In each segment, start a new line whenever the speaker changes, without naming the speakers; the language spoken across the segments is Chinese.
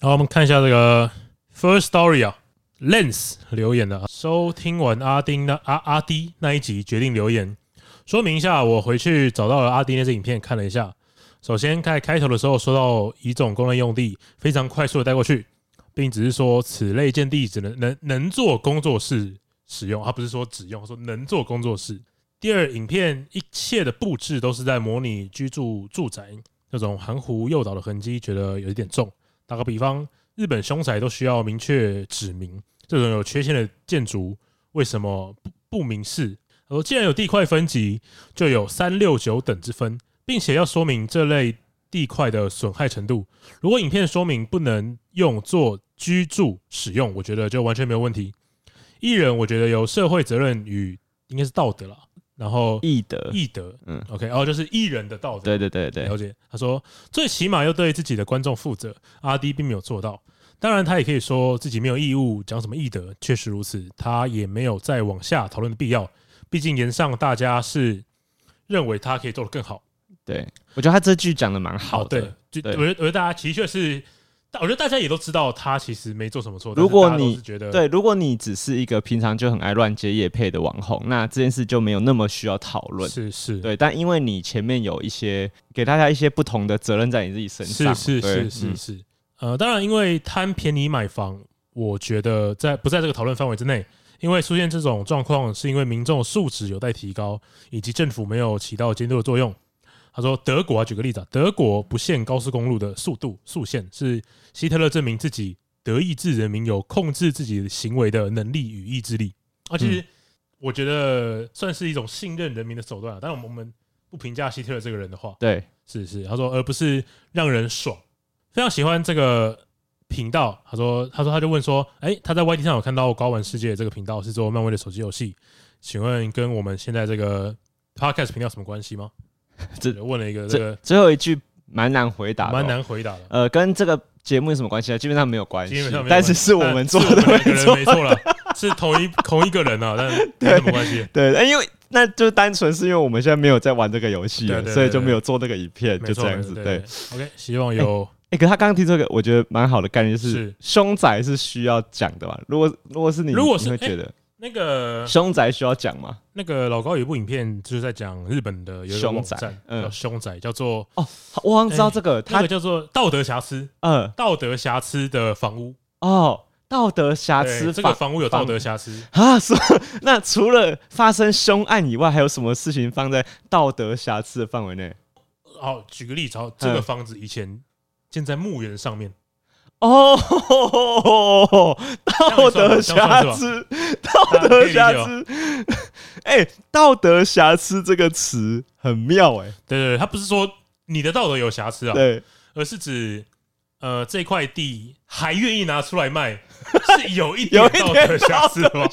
好，我们看一下这个 First Story 啊，Lens 留言的啊，收听完阿丁的阿阿迪那一集，决定留言说明一下，我回去找到了阿迪那支影片看了一下。首先在开头的时候说到乙种公认用地，非常快速的带过去，并只是说此类建地只能能能做工作室使用，他不是说只用，他说能做工作室。第二，影片一切的布置都是在模拟居住住宅那种含糊诱导的痕迹，觉得有一点重。打个比方，日本凶宅都需要明确指明这种有缺陷的建筑为什么不不明示。他说，既然有地块分级，就有三六九等之分，并且要说明这类地块的损害程度。如果影片说明不能用作居住使用，我觉得就完全没有问题。艺人，我觉得有社会责任与应该是道德了，然后
易德，
艺德，嗯
嗯
，OK，哦，就是艺人的道德，
对对对对
了，解。他说，最起码要对自己的观众负责，阿 D 并没有做到。当然，他也可以说自己没有义务讲什么义德，确实如此，他也没有再往下讨论的必要。毕竟言上大家是认为他可以做得更好。
对，我觉得他这句讲的蛮好的。
哦对，就
对
我觉得，我觉得大家的确是，但我觉得大家也都知道他其实没做什么错。但是
如果
大家都
你
是觉得
对，如果你只是一个平常就很爱乱接夜配的网红，那这件事就没有那么需要讨论。
是是，
对，但因为你前面有一些给大家一些不同的责任在你自己身上，
是
对
是是是
嗯
是，呃，当然，因为贪便宜买房，我觉得在不在这个讨论范围之内。因为出现这种状况，是因为民众素质有待提高，以及政府没有起到监督的作用。他说，德国啊，举个例子啊，德国不限高速公路的速度速限，是希特勒证明自己德意志人民有控制自己行为的能力与意志力。啊，
嗯
其实我觉得算是一种信任人民的手段啊。但我们我们不评价希特勒这个人的话，
对，
是是，他说而不是让人爽，非常喜欢这个频道。他说他说他就问说，哎、他在 YT 上有看到《高玩世界》这个频道是做漫威的手机游戏，请问跟我们现在这个 Podcast 频道有什么关系吗？
这
就问了一个这
这
个
最后一句蛮难回答的哦，
蛮难回答的。
呃，跟这个节目有什么关系呢？基本上没有关系
基本上，没有关
但
系，
是是我
但
们做
是
的，
我们两个
没错
人没错了，是同一 同一个人啊，但没什么关系。
对，呃因为那就单纯是因为我们现在没有在玩这个游戏
对
了，
对对
所以就没有做那个影片，
没
就
错，
这样子。
没错
对，
，OK，希望有
哎，可他刚刚提出一个我觉得蛮好的概念，就是
是
凶宅是需要讲的吧？如果如果是你，
如果是哎
你会
诶
觉得
那个
凶宅需要讲吗？
那个老高有一部影片，就是在讲日本的有一个
凶
网
宅
站
嗯
叫凶宅，叫做
哦，好我好像知道这个，
哎那
他
个叫做道德瑕疵，
呃
道德瑕疵的房屋，
哦，道德瑕
对
疵
这个
法
房屋有道德瑕疵，
啊，是吗 那除了发生凶案以外，还有什么事情放在道德瑕疵的范围内？
好，举个例子，
嗯
好，这个房子以前建在墓园上面，
哦，道德瑕疵， 道德瑕疵。哎、道德瑕疵这个词很妙哎、
对对对，他不是说你的道德有瑕疵啊，
对，
而是指呃这块地还愿意拿出来 卖，是有一点
有一点
道德瑕疵的吗？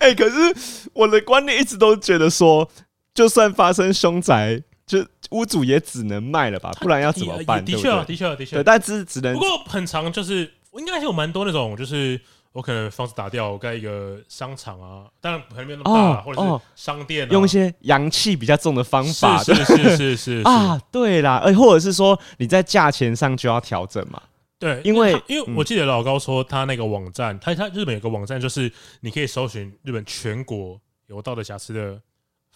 哎、可是我的观念一直都觉得说，就算发生凶宅，就屋主也只能卖了吧，不然要怎么办？
的
对不
确啊，
对
的确啊，的确
对，
啊，
但只只能
不过很长，就是应该是有蛮多那种，就是我可能房子打掉，我盖一个商场啊，当然可能没有那么大啦，
哦
或者是
哦
商店、啊，
用一些阳气比较重的方法。
是是是是是
啊，对啦，哎、或者是说你在价钱上就要调整嘛。
对，
因为
他因为
嗯
我记得老高说他那个网站，他他日本有个网站，就是你可以搜寻日本全国有道德瑕疵的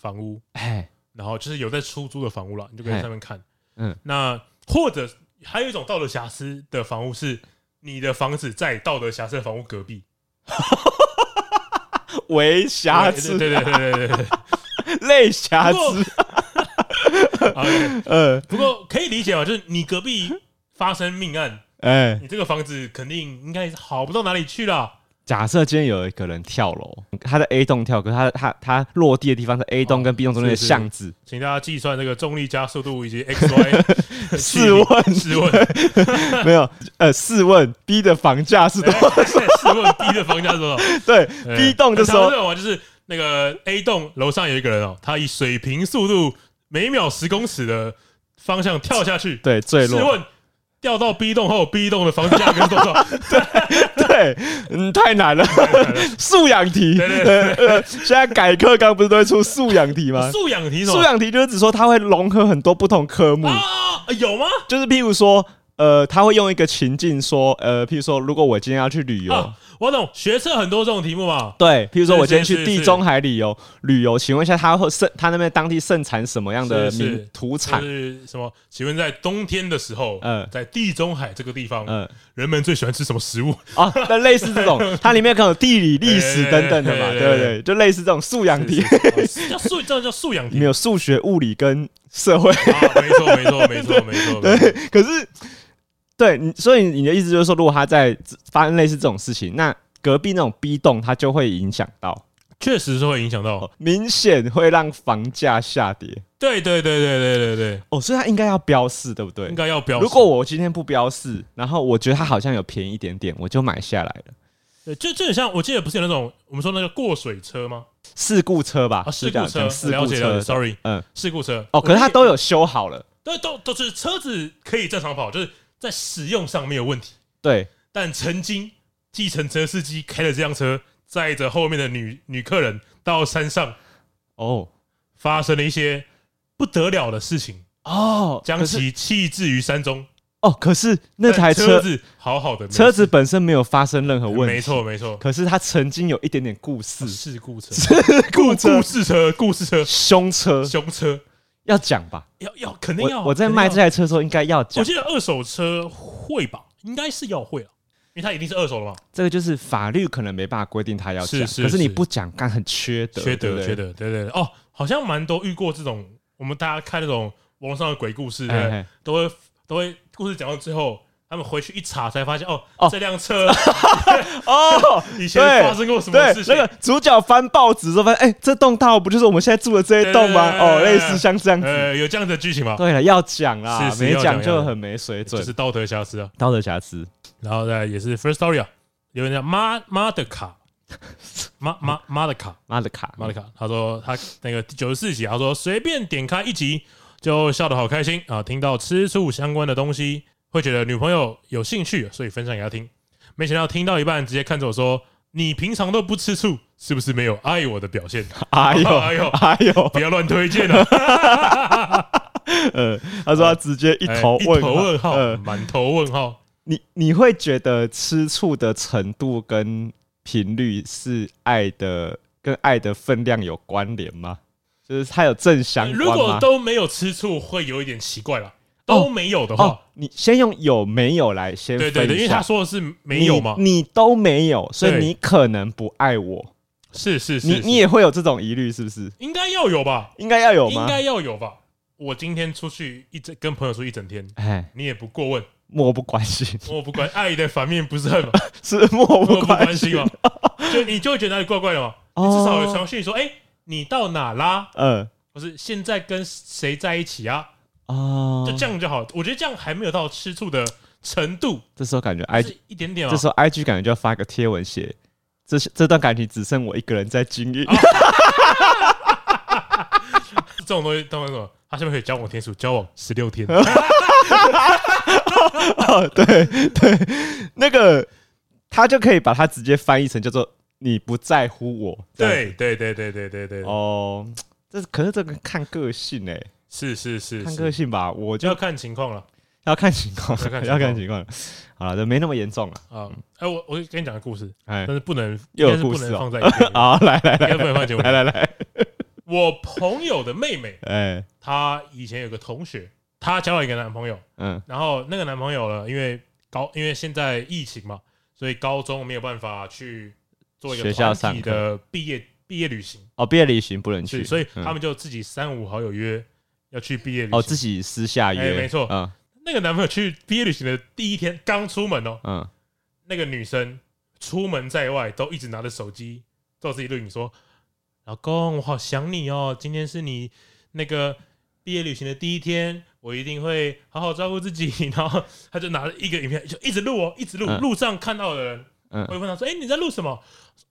房屋，
哎，
然后就是有在出租的房屋了，你就可以在上面看。
嗯，
那或者还有一种道德瑕疵的房屋是你的房子在道德瑕疵的房屋隔壁，
为瑕疵，
对对对对对对对。
类瑕
不
疵，
啊对
呃，
不过可以理解吧，就是你隔壁发生命案，
哎、
你这个房子肯定应该是好不到哪里去啦。
假设今天有一个人跳楼，他在 A 栋跳，可是他他他落地的地方是 A 栋跟 B 栋中间的
是是
巷子，
请大家计算这个重力加速度以及 x y
试问
试问
没有，呃，试问 B 的房价是多？
哎试问 B 的房价是多少
对
对
，B 栋的时候
哎很常这，种啊就是那个 A 栋楼上有一个人哦，他以水平速度每秒十公尺的方向跳下去，
对，坠
试
落，
问掉到 B 栋后，B 栋的房价格是 多少？
对，嗯，太难了，素养题，
对对对
呃呃现在改课纲不是都会出素养题吗？
素养题是
啊素
吗？
养题就是指说它会融合很多不同科目，
啊，有吗？
就是譬如说，呃，他会用一个情境说，呃，譬如说，如果我今天要去旅游，
啊，我懂，学测很多这种题目嘛。
对，譬如说
是
我今天去
是
地
是
中海旅游，旅游，请问一下他会盛，他那边当地盛产什么样的
是是
名土
就
产？
是什么？请问在冬天的时候，
嗯
在地中海这个地方，
嗯，
人们最喜欢吃什么食物？
啊，那类似这种，它里面可能有地 理、历史等等的嘛，
对对对
对不对？就类似这种素养题，
是是叫 素，这叫素养题。
里面有数学、物理跟社会。
啊，没错，没错，没 错，没错。没错
对，可是对，你所以你的意思就是说，如果他在发生类似这种事情，那隔壁那种 B 栋，它就会影响到，哦
确实是会影响到。
明显会让房价下跌。
对，对，对，对，对，对，对，
哦，所以它应该要标示，对不对
应？该要标示。
如果我今天不标示，然后我觉得它好像有便宜一点点，我就买下来了。
对就就很像，我记得不是有那种我们说那个过水车吗？
事故车吧，
啊，事
是这
故
样
车，
讲事
了
故
解了解
车。
，sorry，
嗯，
事故车。
哦，可是它
我记得
都有修好了，
对，都都是车子可以正常跑，就是在使用上没有问题。
对，
但曾经计程车司机开了这辆车，载着后面的女女客人到山上，
哦。
发生了一些不得了的事情，
哦，
将
可是
其弃置于山中。
哦，可是那
但
台
车
车
子好好的，
车子本身没有发生任何问题，
没错。没错，
可是它曾经有一点点故事，
事故车，
故
故事车，故事车，
凶车
凶车，
要讲吧？
要要肯定要啊
我我在
肯定
卖
要
这台车的时候应该要
我
讲，
记得二手车会吧，应该是要会了，啊因为它一定是二手了嘛，
这个就是法律可能没办法规定他要讲，
是是
可是你
是
不讲，干很缺德，
缺
对不
德
对
缺。德，对对对哦，好像蛮多遇过这种，我们大家看那种网络上的鬼故事，
哎
对不对
哎
都会都会故事讲到最后，他们回去一查才发现，哦
哦，
这辆 车
哦，
以前
对
发生过什么
对
事，情
那，个主角翻报纸说，发现哎，这栋大楼不就是我们现在住的这一栋吗？
对对对对
哦，
对
类似像这样子。
呃，有这样的剧情吗？
对了，要讲啦
是，是
没
要讲要
就
讲
很没水
就
准
是，道德瑕疵啊，
道德瑕疵。
然后再来也是 first story 啊，有人叫妈妈的卡，妈妈妈的卡，
妈的卡，
马里卡，他说他那个九十四集，他说随便点开一集就笑得好开心啊！听到吃醋相关的东西，会觉得女朋友有兴趣，所以分享给她听。没想到听到一半，直接看着我说：“你平常都不吃醋，是不是没有爱我的表现？
哎呦
哎呦
哎呦，
不要乱推荐啊！
呃，他说他直接 一头
哎一
问
头问号，
呃，
满、头问号。
你你会觉得吃醋的程度跟频率是爱的跟爱的分量有关联吗？就是它有正相
呃如
关
果
吗？
都没有吃醋，会有一点奇怪了。
哦
都没有的话，
哦，你先用有没有来先
对对对，因
分
为
一下
他说的是没有嘛，
你你都没有，所以
对
你可能不爱我，
是是是
你
是
你也会有这种疑虑，是不是？
应该要有吧？
应该要有
应
吗？
该要有吧？我今天出去一整跟朋友出去一整天，
哎，
你也不过问，
漠不关心，
我不管爱的反面不是恨嘛，
是漠
我不
关啊
关心嘛， 就你就会觉得哪里怪怪的嘛。你
哦
至少有传讯说，哎，你到哪啦？
嗯
不是现在跟谁在一起啊？
哦，
就这样就好。我觉得这样还没有到吃醋的程度，
这时候感觉
就
I
是一点哦点嘛
哎这。时候 IG 感觉就要发个贴文写，这是这段感情只剩我一个人在经营。
这种东西，当然什么，他下面可以交往天数，交往十六 天。
哦， 对对，那个他就可以把它直接翻译成叫做“你不在乎我”。这样
对对对对对对对，
哦，这可是这个看个性哎、
是是是，
看
是
个性吧，我
要
就
看情况了。
要看情况
要看，情况
要看情况。好了，这没那么严重了。
啊，哎、我我跟你讲个故事，
嗯哎
但，是不能，
又有
但是
故
不
事
能
哦，
放在一边
哎好，来来
应
来
该不能放节目里
来来来，
我朋友的妹妹，
哎，
她以前有个同学，她交了一个男朋友，
嗯，
然后那个男朋友呢，因为高，因为现在疫情嘛，所以高中没有办法去做一个
学校
团体
上课
的毕业毕业旅行，
哦，毕业旅行不能
是，
去，
所以
嗯
他们就自己三五好友约要去毕业旅行。
哦自己私下约，
哎没错
嗯
那个男朋友去毕业旅行的第一天刚出门哦，
嗯，
那个女生出门在外都一直拿着手机照自己录影说：“老公，我好想你哦，今天是你那个毕业旅行的第一天，我一定会好好照顾自己。” 然后他就拿着一个影片，就一直录哦，一直录。
嗯
路上看到的人
嗯
我会问他说：“哎、你在录什么？”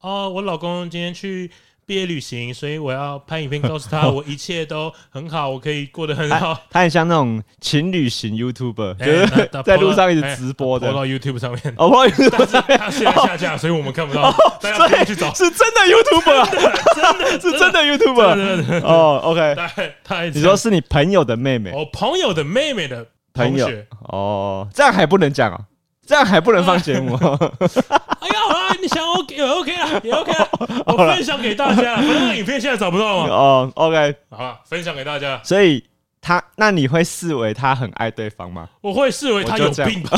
哦，我老公今天去毕业旅行，所以我要拍影片告诉
哦
他，我一切都很好，我可以过得很好。
他很像那种情侣型 YouTuber，就
哎
是
那那
在
po
路
到
上一
哎
直直播的
播。到 YouTube 上面。
哦，不好意思，
但是他现在下架，所以我们看不到， 大家自己去找。
是哦真的 YouTuber，啊 是真的
对
YouTuber。
对对对，
哦，OK，
大哦概大概是
你
这样
说是你朋友的妹妹
我朋友的妹妹的
朋
同
友
学，
哦，这样还不能讲啊，这样还不能放 节目啊。
哎呀，好啦，你想 OK 也 OK 了，也 OK 了，我分享给大家啦，反正影片现在找不到嘛，
哦，OK，
好了，分享给大家，
所以他那你会视为他很爱对 方吗？
我会视为他有病吧，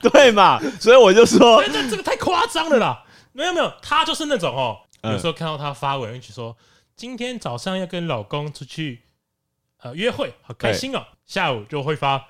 对嘛？所以我就说
但，这这个太夸张了啦，没有没有，他就是那种哦，
嗯
有时候看到他发文，就说今天早上要跟老公出去呃约会，好开心哦，下午就会发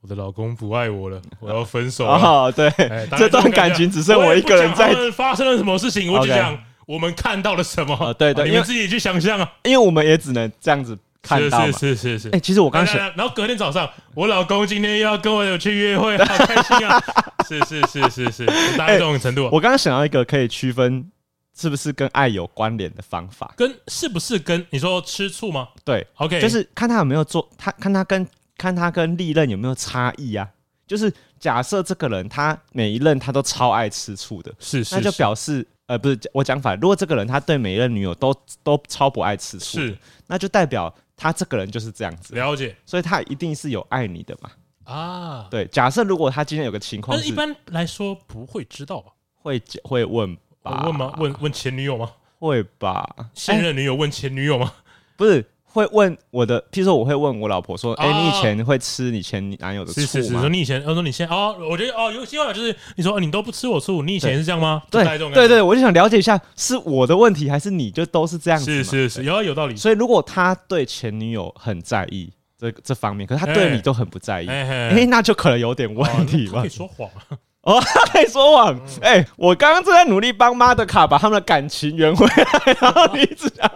我的老公不爱我了，我要分手了。
哦，对
哎，
这段感情只剩我一个人。
当然
在
是这样我也不讲他们发生了什么事情？我只
OK
讲我们看到了什么
哦。对对
你
因
们
为
自己去想象啊。
因为我们也只能这样子看到
是
嘛。
是是是
哎，
是。
其实我刚
来来
想，
来然后隔天早上，我老公今天又要跟我有去约会，好开心啊！是是是是是，大概这种程度啊。
我刚刚想到一个可以区分是不是跟爱有关联的方法，
跟是不是跟你说吃醋吗
对，
？OK，
就是看他有没有做，他看他跟看他跟历任有没有差异啊。就是假设这个人他每一任他都超爱吃醋的，
是是
那就是表示呃不是我讲反了，如果这个人他对每一任女友都都超不爱吃醋的，
是
那就代表他这个人就是这样子，
了解
所以他一定是有爱你的嘛。
啊。
对，假设如果他今天有个情况
但是一
是
般来说不会知道吧？
会会问
我
吧，哎
问吗？问问前女友吗？
会吧，
现任女友问前女友吗？
不是会问我的，譬如说我会问我老婆说，哎、
哦
你以前会吃你前男友的醋
是
吗？
是是，说你以前，我说你现在哦，我觉得哦，有些话就是你说哦你都不吃我醋，你以前
对
也是这样吗？就
对
大概这种感
对
觉
对，我就想了解一下是我的问题还是你就都是这样子嘛
是是是，有有道理
对。所以如果他对前女友很在意这这方面，可是他对
哎
你都很不在意，哎、
哎嘿
那就可能有点
哦
问题
他
吧
可以。说谎，啊
哦，他在说谎。
嗯
哎、我刚刚正在努力帮妈的卡把他们的感情圆回来，然后你一 直讲。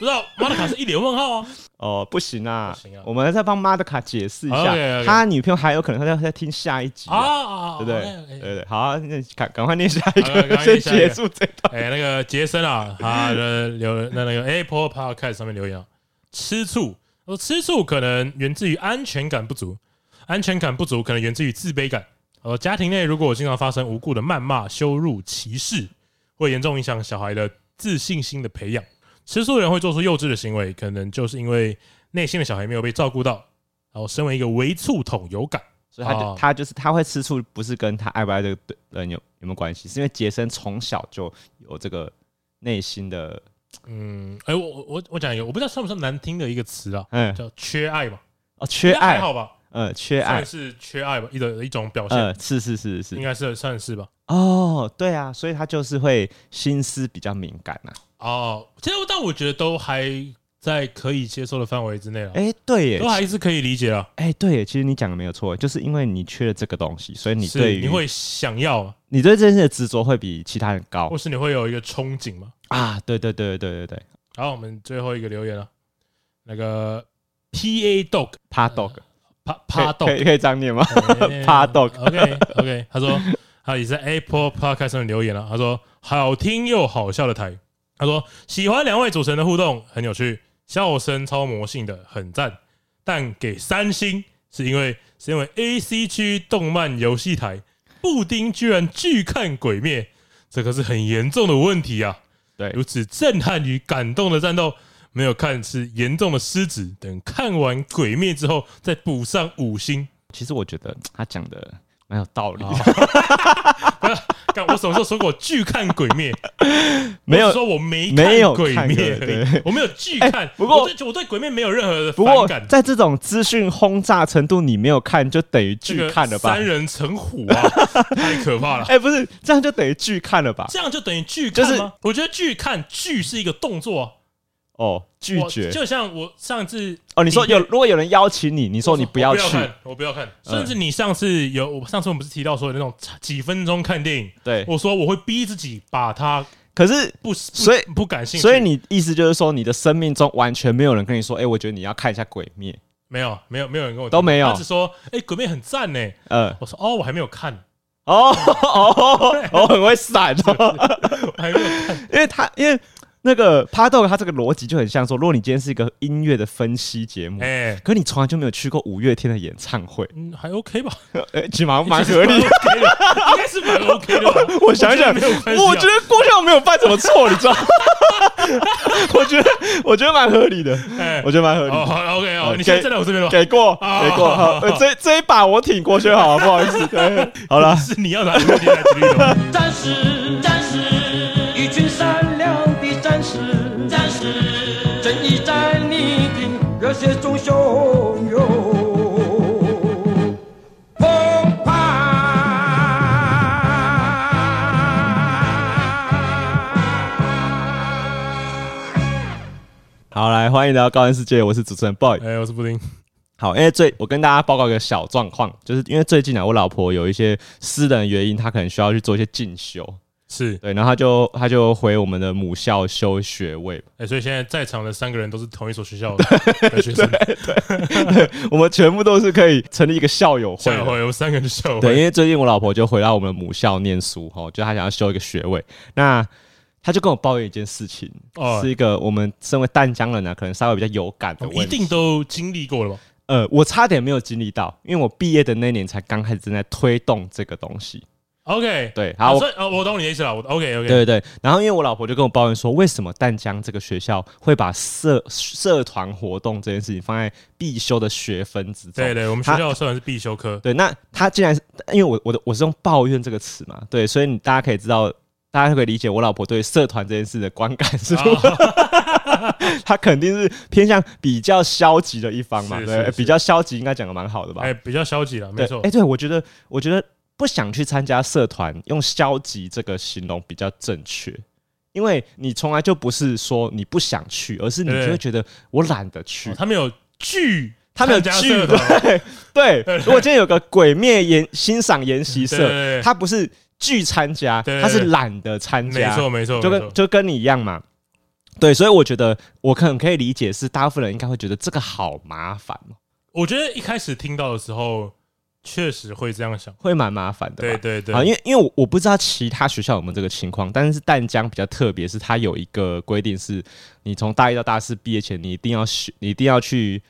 不知道马德卡是一脸问 号啊。
哦，不行啊，
不行啊
我们再帮妈的卡解释一下，
OK，OK
他女朋友还有可能他在听下一集、啊，
啊，
对不对？
哎
对？对，好啊、那赶赶快念下一
好赶
个，
快
先
念下一
结
个
束这段。
哎，哎那个杰森啊，他的留那那个 Apple Podcast 上面留言啊，吃醋，他说吃醋可能源自于安全感不足，安全感不足可能源自于自卑感。呃，家庭内如果经常发生无故的谩骂、羞辱、歧视，会严重影响小孩的自信心的培养。吃醋的人会做出幼稚的行为，可能就是因为内心的小孩没有被照顾到，然后身为一个为醋桶有感。
所以他就、
哦
他就是他会吃醋，不是跟他爱不爱这个人有有没有关系，是因为杰森从小就有这个内心的，
嗯，哎、我我我我讲一个，我不知道算不算难听的一个词啊，
嗯，
叫缺爱嘛，
哦，缺
应该还
爱，
好吧，
呃，缺爱
算，是缺爱吧，一种一种表现，
呃，是是是是
应，该是算是吧。
哦，对啊，所以他就是会心思比较敏感啊。
哦，其实我但我觉得都还在可以接受的范围之内了，
哎、对耶，
都还是可以理解了。
哎、对耶，其实你讲的没有错，就是因为你缺了这个东西，所以你
是啊
对于
你会想要，啊
你对这件事的执着会比其他人高
或是你会有一个憧憬嘛？
啊。对对对对对对对
然后我们最后一个留言了，那个 P A Dog
，Par Dog，
啪
可以
啪 Dog
可以可以这样念吗？
趴
趴 dog
OK OK，他说他也在 Apple Podcast 上面留言了、啊他说好听又好笑的台，他说喜欢两位主持人的互动很有趣，笑声超魔性的，很赞。但给三星是因为是因为 A C 区动漫游戏台布丁居然拒看《鬼灭》，这可是很严重的问题啊！
对
如此震撼与感动的战斗。没有看是严重的失职，等看完《鬼灭》之后再补上五星，
其实我觉得他讲的蛮有道
哦
理的，
干，我什么时候说过我拒看《鬼 灭》？
没有
我只说我没
没有
鬼
看
灭》
过
而已
对，哎
我没有拒看。
不过
我对我对《鬼灭》没有任何的
不过
反感。
在这种资讯轰炸程度，你没有看就等于
这
拒
个
看了吧？
三人成虎啊，太可怕了。
哎、不是，这样就等于拒看了吧？
这样就等于拒
就
看
是
吗？我觉得拒看拒是一个动作啊，
哦，拒
我
绝
就像我上次
哦。你说
影片
有，如果有人邀请你，你说你
我
不要去，嗯
看我不要看。甚至你上次有，我上次我们不是提到说有那种几分钟看电影，
对。
我说我会逼自己把它
可是，
不，
所以
不不感兴趣。
所以你意思就是说，你的生命中完全没有人跟你说，哎，我觉得你要看一下《鬼灭》。
没有没有没有人跟我
都没有
他只说哎，鬼妹很赞呢。
呃，
我说哦，我还没有看，
哦哦哦，很会闪哦。
我还没有看。
因为他因为那个趴豆他这个逻辑就很像说，如果你今天是一个音乐的分析节目，
哎，
可你从来就没有去过五月天的演唱会，
嗯，还 OK 吧，
呃，起码蛮合理。
OK 的，应该是蛮 OK 的吧。
我想想，
觉得没有关系啊
我觉得郭笑没有犯什么错，你知道？吗？ 我觉得我觉得蛮合理的，
哎
我觉得蛮合理
哦
的。
好，OK 哦，
呃
你先
给
站在我这边吧。
给过，
哦
给过，好，呃这这一把我挺郭轩，好，不好意 思，对，好了，
是你要拿问题来举例的吗？
战士，战士，一群善良的战士，战士，正义在你的热血中汹涌澎湃。
好来，欢迎来到高玩世界，我是主持人 boy。
哎，我是布丁。
好，因为最我跟大家报告一个小状况，就是因为最近啊，我老婆有一些私人原因，她可能需要去做一些进修，
是，
对，然后她就她就回我们的母校修学位，
哎、所以现在在场的三个人都是同一所学校的学生，
我们全部都是可以成立一个校友会
校友
的。
会有三个人校友
对，
会，
因为最近我老婆就回到我们的母校念书，哈，就她想要修一个学位，那她就跟我抱怨一件事情，
哦
是一个我们身为淡江人呢、啊可能稍微比较有感的
我
问
们哦
题。
一定都经历过了吧？
呃，我差点没有经历到，因为我毕业的那年才刚开始正在推动这个东西。
OK，
对，好，
好，
我
所以哦，我懂你的意思了。我 OK OK，
对对对，然后因为我老婆就跟我抱怨说，为什么淡江这个学校会把社社团活动这件事情放在必修的学分之中？
对对我们学
他
校的社团是必修科，
对，那他竟然是因为我我的我是用抱怨这个词嘛，对，所以你大家可以知道，大家可以理解我老婆对社团这件事的观感是如何。
哦
他肯定是偏向比较消极的一方嘛，
是
对，
是
欸
是
比较消极应该讲的蛮好的吧？
哎、比较消极了，
对
没错
哎、。对我觉得，我觉得不想去参加社团，用消极这个形容比较正确，因为你从来就不是说你不想去，而是你
对
就会觉得我懒得去。
哦他们有剧，
他们有
参加
剧，
社 团
对对。
对
如果今天有个鬼灭研欣赏研习
对对
社，
对
他不是剧参加，
对对
他是
对
懒得参
没
加，
错没错，
就
没
跟
错
就跟你一样嘛。对，所以我觉得我可能可以理解，是大部分人应该会觉得这个好麻烦哦，
我觉得一开始听到的时候，确实会这样想。
会蛮麻烦的吧。
对对对，
啊，因为因为我我不知道其他学校有没有这个情况，但是淡江比较特别，是它有一个规定是，你从大一到大四毕业前，你一定要学，你一定要去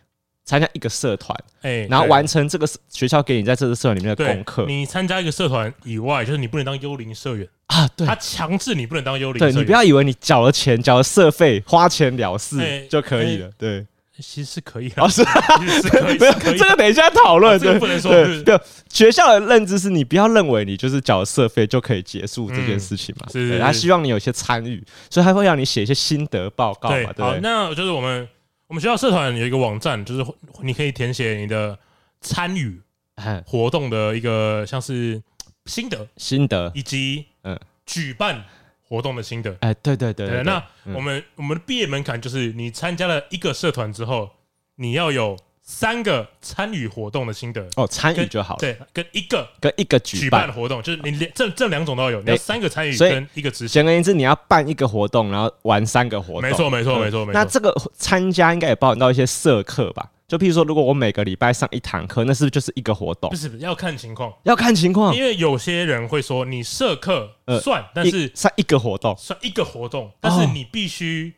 参加一个社团，
哎、
然后
对
完成这个社学校给你在这个社团里面的
对
功课
你参加一个社团以外，就是你不能当幽灵社员，
啊。对
他，强制你不能当幽灵社
对
员。
你不要以为你缴了钱、缴了社费、花钱了事
哎
就可以了，对。
其实是可以的
老，师，
其实是可以，
哦 没有
是可以
这个等一下讨论，
哦这个
对
不能说是不
对
是
对，学校的认知是你不要认为你就是缴了社费就可以结束这件事情嘛，
嗯是是
对
是
他希望你有一些参与，所以他会让你写一些心得报告嘛，对
好
不，对？
那就是我们我们学校社团有一个网站，就是会你可以填写你的参与
哎
活动的一个像是心得，
心得，
以及
嗯
举办活动的心得。
哎，对对对
对，那
嗯
我们我们的毕业门槛就是你参加了一个社团之后，你要有三个参与活动的心得，
哦，参与
跟
就好了，
对，跟一个
跟一个
举
举
办
办。
活动，就是你连这这两种都要有，你
对
要三个参与
所以
跟一个执行。
简而言之，你要办一个活动，然后玩三个活动，
没错，没错，
嗯
没错，没错。
那这个参加应该也包含到一些社课吧？就譬如说，如果我每个礼拜上一堂课，那是不是就是一个活动
不？是不是要看情况，
要看情况
因，为有些人会说你社课
嗯呃
算，但
一哦
是
上一个活动，
算一个活动，但是你必须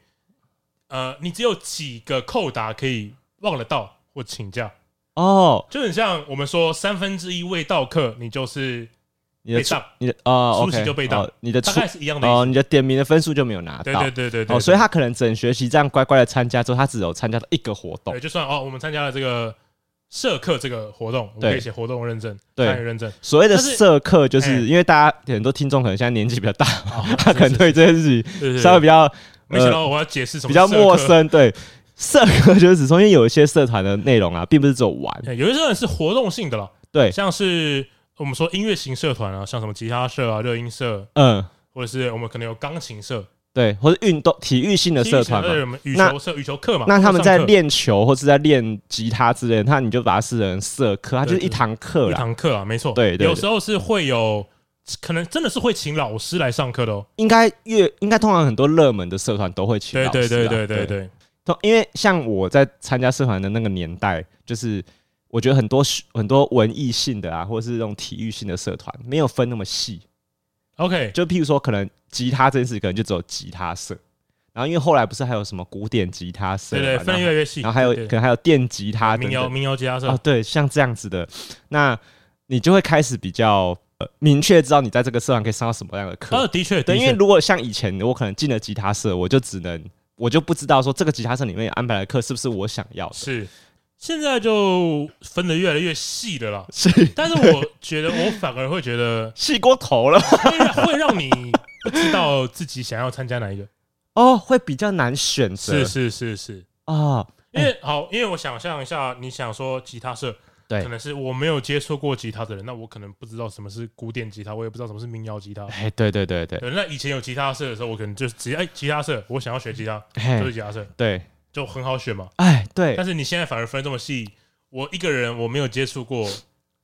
呃，你只有几个扣打可以忘了到或请假，
哦，
就很像我们说三分之一未到课，你就是
你的
被
出
当
你的哦，
出席
OK，
就被当
哦你的
大
出
概是一样的意
哦，
思。
你的点名的分数就没有拿
对
到
对对对对，
哦，所以
对
他可能整学期这样乖乖的参加之后，他只有参加到一个活动
对，就算哦，我们参加了这个社课这个活动，我们
对
可以写活动认证、
对
参与认证。
所谓的
但是
社课，就
哎
是因为大家很多听众可能现在年纪 比较大，
哦
他可能对这件事情
是是是
稍微比较
没想
呃
到我要解释什么
比较
社
陌
课
生。对，社课就是 指说，因为有一些社团的内容啊，并不是只有玩，
欸有一些人是活动性的啦，
对，
像是我们说音乐型社团啊，像什么吉他社啊、热音社，
嗯，
或者是我们可能有钢琴社，
对，或者运动体育性的社团嘛。
嘛，羽
那
球社羽球课嘛，
那他们
哎上
在
课
练球或是在练吉他之类的，那你就把它视成社课，它
对
就是一堂课
一
啦。
堂课啊，没错，
对对对
有时候是会有，可能真的是会请老师来上课的哦，
应该越应该通常很多热门的社团都会请
对
老师
对
啦。
对对对
对
对，
通因为像我在参加社团的那个年代，就是我觉得很多学很多文艺性的啊，或者是那种体育性的社团，没有分那么细。
OK，
就譬如说，可能吉他这件事，可能就只有吉他社。然后因为后来不是还有什么古典吉他社
对
嘛，
对，
然
分
后
越来越细，
然后还有
对对
可能还有电吉他等
民
等
谣民谣吉他社
啊，，对，像这样子的，那你就会开始比较呃明确知道你在这个社团可以上到什么样的课。
呃，的确，
对，
的
因为
确
如果像以前我可能进了吉他社，我就只能我就不知道说这个吉他社里面安排的课是不是我想要的。，
是现在就分的越来越细了啦
是
但是我觉得我反而会觉得
气过头了
会让会让你不知道自己想要参加 哪一个，
哦，会比较难选择
是是是是。
啊。
因为好，因为我想象一下，你想说吉他社，
对
可能是我没有接触过吉他的人，那我可能不知道什么是古典吉他，我也不知道什么是民谣吉 他。
哎，对对对对，
对，那以前有吉他社的时候，我可能就是直接哎，吉他社，我想要学吉他，就
哎
是吉他社，
对，
就很好选嘛。
哎对
但，是你现在反而分这么细，我一个人我没有接触过，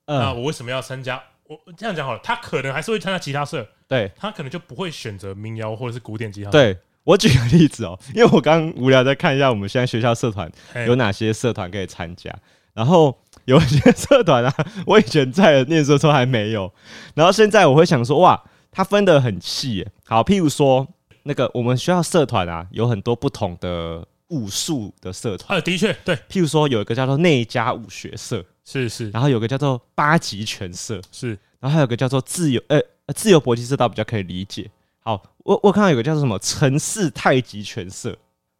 那
嗯，
我为什么要参加？我这样讲好了，他可能还是会参加吉他社，
对
他可能就不会选择民谣或者是古典吉他。，
对。我举个例子哦，因为我刚刚无聊在看一下我们现在学校社团
哎
有哪些社团可以参加。然后有一些社团啊， 我以前在念书的时候还没有，然后现在我会想说，哇，它分得很细耶。好，譬如说那个我们学校社团啊，有很多不同的武术的社团，
啊，的确，对，
譬如说有一个叫做内家武学社，
是是
然后有一个叫做八极拳社，
是，
然后还有一个叫做自由呃呃自由搏击社，倒比较可以理解。好，我我看到有个叫做什么城市太极拳社，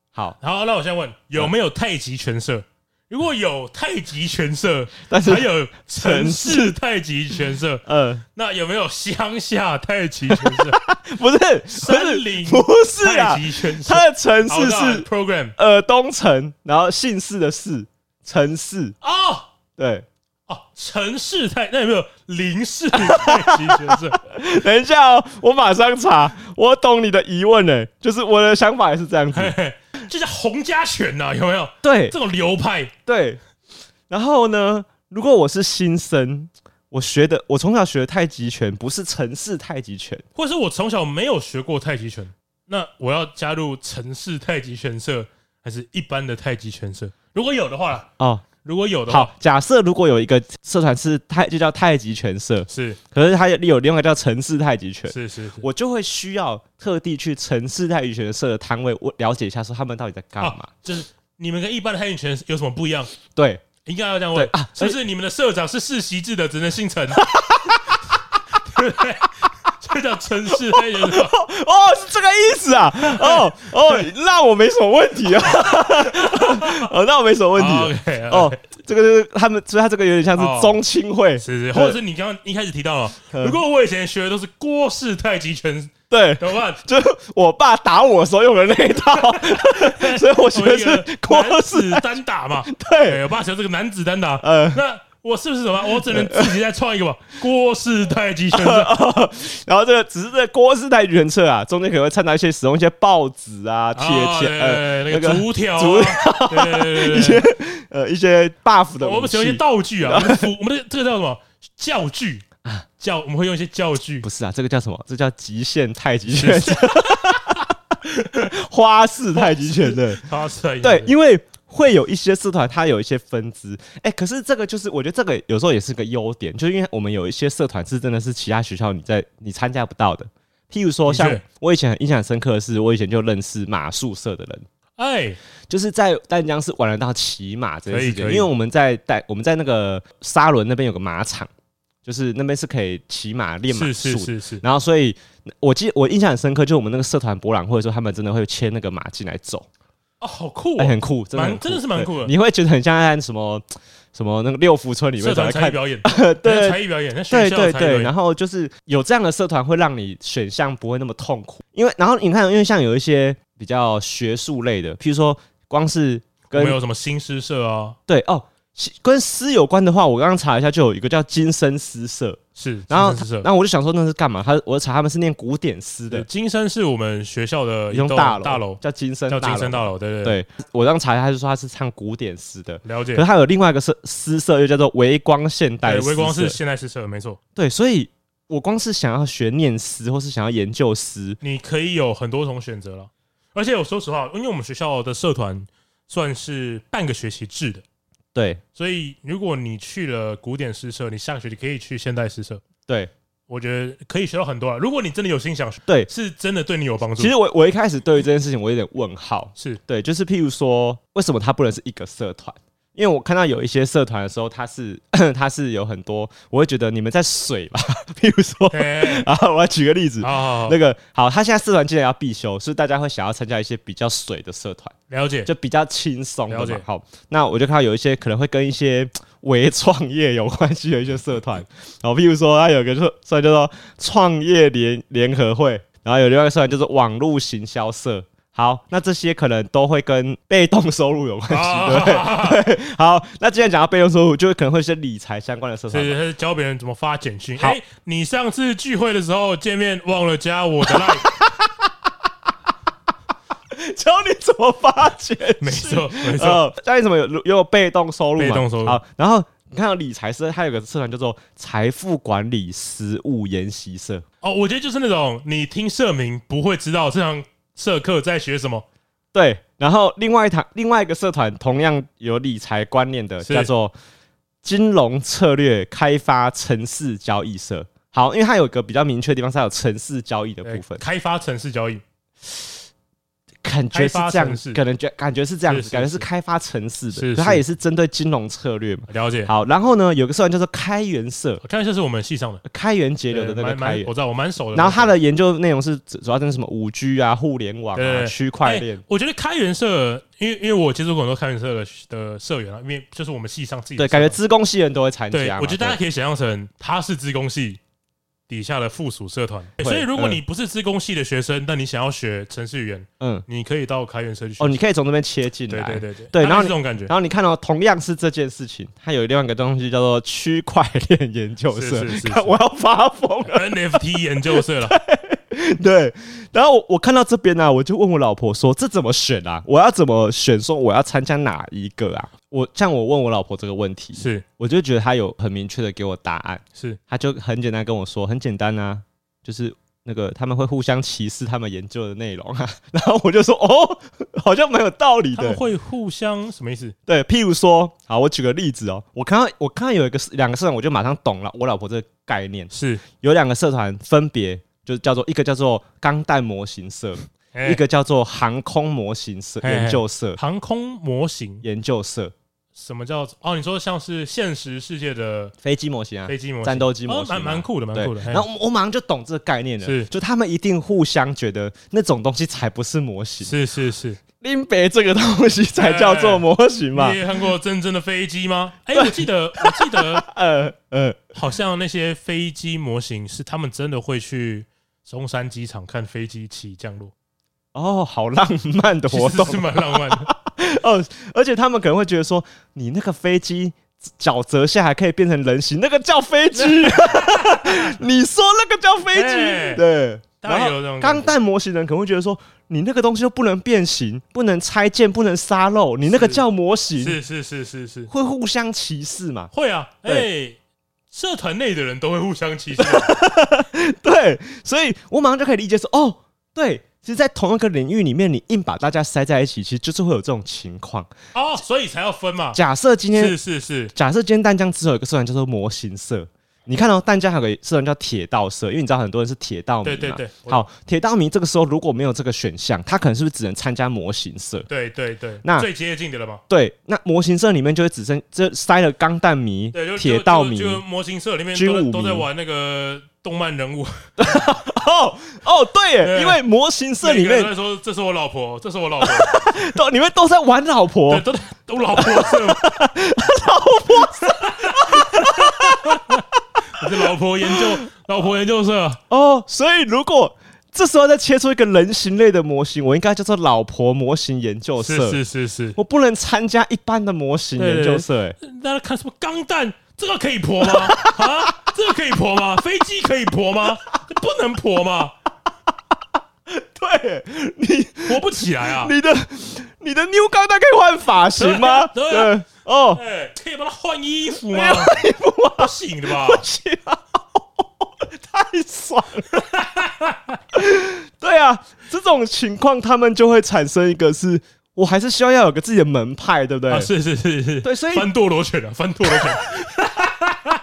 好，
好，那我先问，有没有太极拳社？如果有太极拳社，
但 是
还有城市太极拳 社，
呃
那有没有乡下太极拳社、
不是不
森
是
林
不 是啊
太，极拳社？
它的城
好我
市
知道了
是
program
呃东城，然后姓氏的氏，城市，
哦
对。
哦，城市太那有没有林氏太极拳社？
等一下哦，我马上查，我懂你的疑问呢，就是我的想法也是这样子。
嘿嘿 就像洪家拳呐、有没有
对
这种流派？
对，然后呢，如果我是新生，我学的我从小学的太极拳不是城市太极拳，
或者是我从小没有学过太极拳，那我要加入城市太极拳社，还是一般的太极拳社？如果有的话啦，
哦。
如果有的话，
好，假设如果有一个社团是太就叫太极拳社，
是
可是它有另外一个叫城市太极拳，
是是是，
我就会需要特地去城市太极拳社的摊位，我了解一下说他们到底在干嘛。
啊就是你们跟一般的太极拳有什么不一样？
对，
应该要这样问
对啊
是不是你们的社长是世袭制的，只能姓陈？ 对不对？这叫城市太极拳社。
哦，是这个意思啊！哦哦，那我没什么问题啊， 哦，那我没什 么问
好
题。
啊 OK，哦
哦，这个就是他们，所以他这个有点像是中青会，
是是，或者是你刚刚一开始提到了，
嗯
如果我以前学的都是郭氏太极拳，
对，
怎么办？
就是我爸打我时候用的那 一套， 所以我觉得是郭
男
氏
子单打嘛，对
对，
我爸学这个男子单打，
呃，
那我是不是什么？我只能自己再创 一个吧，郭氏太极拳社。
啊然后这个只是这个郭氏太原册啊，中间可能会掺杂一些使用一些报纸啊、铁
哦
条
对对
呃
对那 个竹条啊，
竹
对对对
一
对
些
对
呃一些 buff 的
对，
武器，
我们使用一些道具 啊，我们的服，我们的这个叫什么教具教我们会用一些教具
啊不，是啊，这个叫什么？这叫极限太 极拳，花式太极拳 的。
它是
对，因为会有一些社团，它有一些分支。哎、可是这个就是，我觉得这个有时候也是个优点，就是因为我们有一些社团是真的是其他学校你在你参加不到的。譬如说，
的确
像我以前很印象很深刻的是，我以前就认识马术社的人，
哎
就是在淡江是玩得到骑马这件事
可以
情，
可以
因为我们在淡我们在那个沙伦那边有个马场，就是那边是可以骑马练马
是是
术的。
是是，
然后，所以我记我印象很深刻，就是我们那个社团博览会的时候，他们真的会牵那个马进来走，
哦，好酷
哎、
哦，
很酷，真的
蛮
很酷
真的是蛮酷的
对你会觉得很像在什么什么那个六福村里
社
面在
团才艺
看，
表演，
对
才艺表演，那学
对
校的
对
才艺表
对。
演
然后就是有这样的社团，会让你选项不会那么痛苦，因为然后你看，因为像有一些比较学术类的，譬如说光是
我
跟
们有什么新诗社啊？
对哦，跟诗有关的话，我刚刚查一下，就有一个叫金生诗社，
是，
然后
金生诗社
然后我就想说那是干嘛？他我查他们是念古典诗
对
的
金生是我们学校的
一
一
栋
栋
大楼，
大楼
叫金生
叫金生
楼。
大楼，对对，
对我刚查一下，他就说他是唱古典诗的，
了解
可是。他有另外一个诗诗社，又叫做微光现代
对，
诗社。
微光是现代诗社，没错。
对，所以我光是想要学念诗，或是想要研究诗，
你可以有很多种选择了。而且我说实话，因为我们学校的社团算是半个学期制的，
对
所以如果你去了古典诗社，你下学期可以去现代诗社，
对
我觉得可以学到很多啊。如果你真的有心想学，
对。
是真的对你有帮助。
其实我我一开始对于这件事情我有点问号，
是
对，就是譬如说，为什么它不能是一个社团？因为我看到有一些社团的时候，它是 它是有很多，我会觉得你们在水吧。 譬如说，
哎
啊，我来举个例子，
好好好
那个好，他现在社团既然要必修，所以大家会想要参加一些比较水的社团，
了解，
就比较轻松的
了解
嘛。好，那我就看到有一些可能会跟一些微创业有关系的一些社团，然后譬如说，啊它有一个社社团叫做创业联联合会，然后有另外一个社团就是网络行销社。好，那这些可能都会跟被动收入有关系，对
啊
不对？对好，那既然讲到被动收入，就可能会是理财相关的社团
所
嘛。
以他是教别人怎么发简讯。
好
哎，你上次聚会的时候见面忘了加我的 line，
教你怎么发钱，
没错没错，
呃，教你怎么有有有被动收入嘛？
被动收入
好，然后你看到理财社，它有个社团叫做财富管理实务研习社。
哦，我觉得就是那种你听社名不会知道这堂社课在学什么。
对，然后另外一堂另外一个社团同样有理财观念的，
是
叫做金融策略开发城市交易社。好，因为它有一个比较明确的地方，是它有城市交易的
对
部分，
开发城市交易，
感
开
觉是这
发
样
城
子，
市
可能觉感觉是这样
是
子，
是
感觉是
是
开发城市的，
是
可它
是
也是针对金融策略嘛。
了解。
好，然后呢，有个社团叫做开源社，
我看一下是我们系上的，
开源节流的
对
那
蛮
个开
蛮，
源
我。知道我蛮熟的。
然后它的研究内容是主主要跟什么五 G 啊、互联网
对对
啊、
对
区块
哎
链，
我觉得开源社，因为因为我接触过很多开源社的的社员啊，因为就是我们系上自己的
对，
社
感
嘛
觉资工系人都会参
对
加嘛。，
我觉得大家
对
可以想象成它是资工系底下的附属社团。所以如果
嗯
你不是资工系的学生，但你想要学程序员，
嗯，
你可以到开源社去学。
哦，你可以从这边切进
对
来。
对对对，大
对
概
然
是
后你
这种感觉
然后你看到、同样是这件事情，它有另外一个东西叫做区块链研究
是
社
是是，是
看我要发疯 了。
NFT 研究社了，
对，然后我我看到这边呢、啊我就问我老婆说：“这怎么选啊？我要怎么选？说我要参加哪一个啊？”我像我问我老婆这个问题，
是
我就觉得她有很明确的给我答案。
是
他就很简单跟我说，很简单啊，就是那个他们会互相歧视他们研究的内容啊。 然后我就说，哦，好像蛮有道理
他们
的。
会互相什么意思？
对，譬如说，好，我举个例子哦，我看到我看到有一个两个社团，我就马上懂了我老婆这个概念。
是
有两个社团分别就叫做一个叫做钢弹模型社，
哎
一个叫做航空模型社
哎哎
研究社
航空模型，
研究社
什么叫哦？你说像是现实世界的
飞机模型啊，
飞机模型、
战斗机模型
哦
啊，
蛮蛮酷的，蛮
对
酷，的。嘿哎
然后我我马上就懂这个概念了，
是
就他们一定互相觉得那种东西才不是模型，
是是是，
林北这个东西才叫做模型 嘛
你，也看过真正的飞机吗？哎，我记得我记得
呃呃，
好像那些飞机模型是他们真的会去松山机场看飞机起降落，
哦，好浪漫的
其
活
实
动
是蛮浪漫 的。
哦， 而且他们可能会觉得说，你那个飞机。脚折下还可以变成人形，那个叫 飞机。你说那个叫飞
哎
机，对。
大家
然
有这
后
种感觉
钢弹模型人可能会觉得说，你那个东西又不能变形，不能拆件，不能沙漏，你那个
是
叫模型。
是是是是是，
会互相歧视嘛？
会啊，哎
对，
社团内的人都会互相歧 视啊，
对，所以我马上就可以理解说，哦，对，其实，在同一个领域里面，你硬把大家塞在一起，其实就是会有这种情况。
哦，所以才要分嘛。
假设今天
是，是是，
假设今天淡江只有一个社团叫做模型社。你看哦，淡江还有个社团叫铁道社，因为你知道很多人是铁道迷嘛。
对对对我
好，铁道迷这个时候如果没有这个选项，他可能是不是只能参加模型社？
对对对，
那
最接近的了嘛。
对，那模型社里面就会只剩这塞了钢弹迷
对，就、
铁道
就
迷。
就模型社里面
军武迷
都都在玩那个动漫人物，
哦哦，对耶，
对
因为模型社里
每个人都
面
在说这是我老婆，这是我老婆，
都你们都在玩老婆
对，，都在都老婆社嘛，
老婆
你是老婆研究老婆研究社，
哦，所以如果这时候再切出一个人形类的模型，我应该叫做老婆模型研究社。
是是是是，
我不能参加一般的模型研究社、欸，
大家看什么钢弹，这个可以破 吗？啊，这个可以破吗？飞机可以破吗？不能破吗？
对你
活不起来啊！
哎你的你的 New 钢弹可以换发型吗？
对啊对啊
哦，
哎，可以帮他换衣服
没
吗
有？衣服啊，
不行的吧？
是啊，太爽了。对啊，这种情况他们就会产生一个是，我还是需要要有个自己的门派， 对不对？
啊，是是是是，
对所以
翻堕罗犬啊，翻堕罗 犬，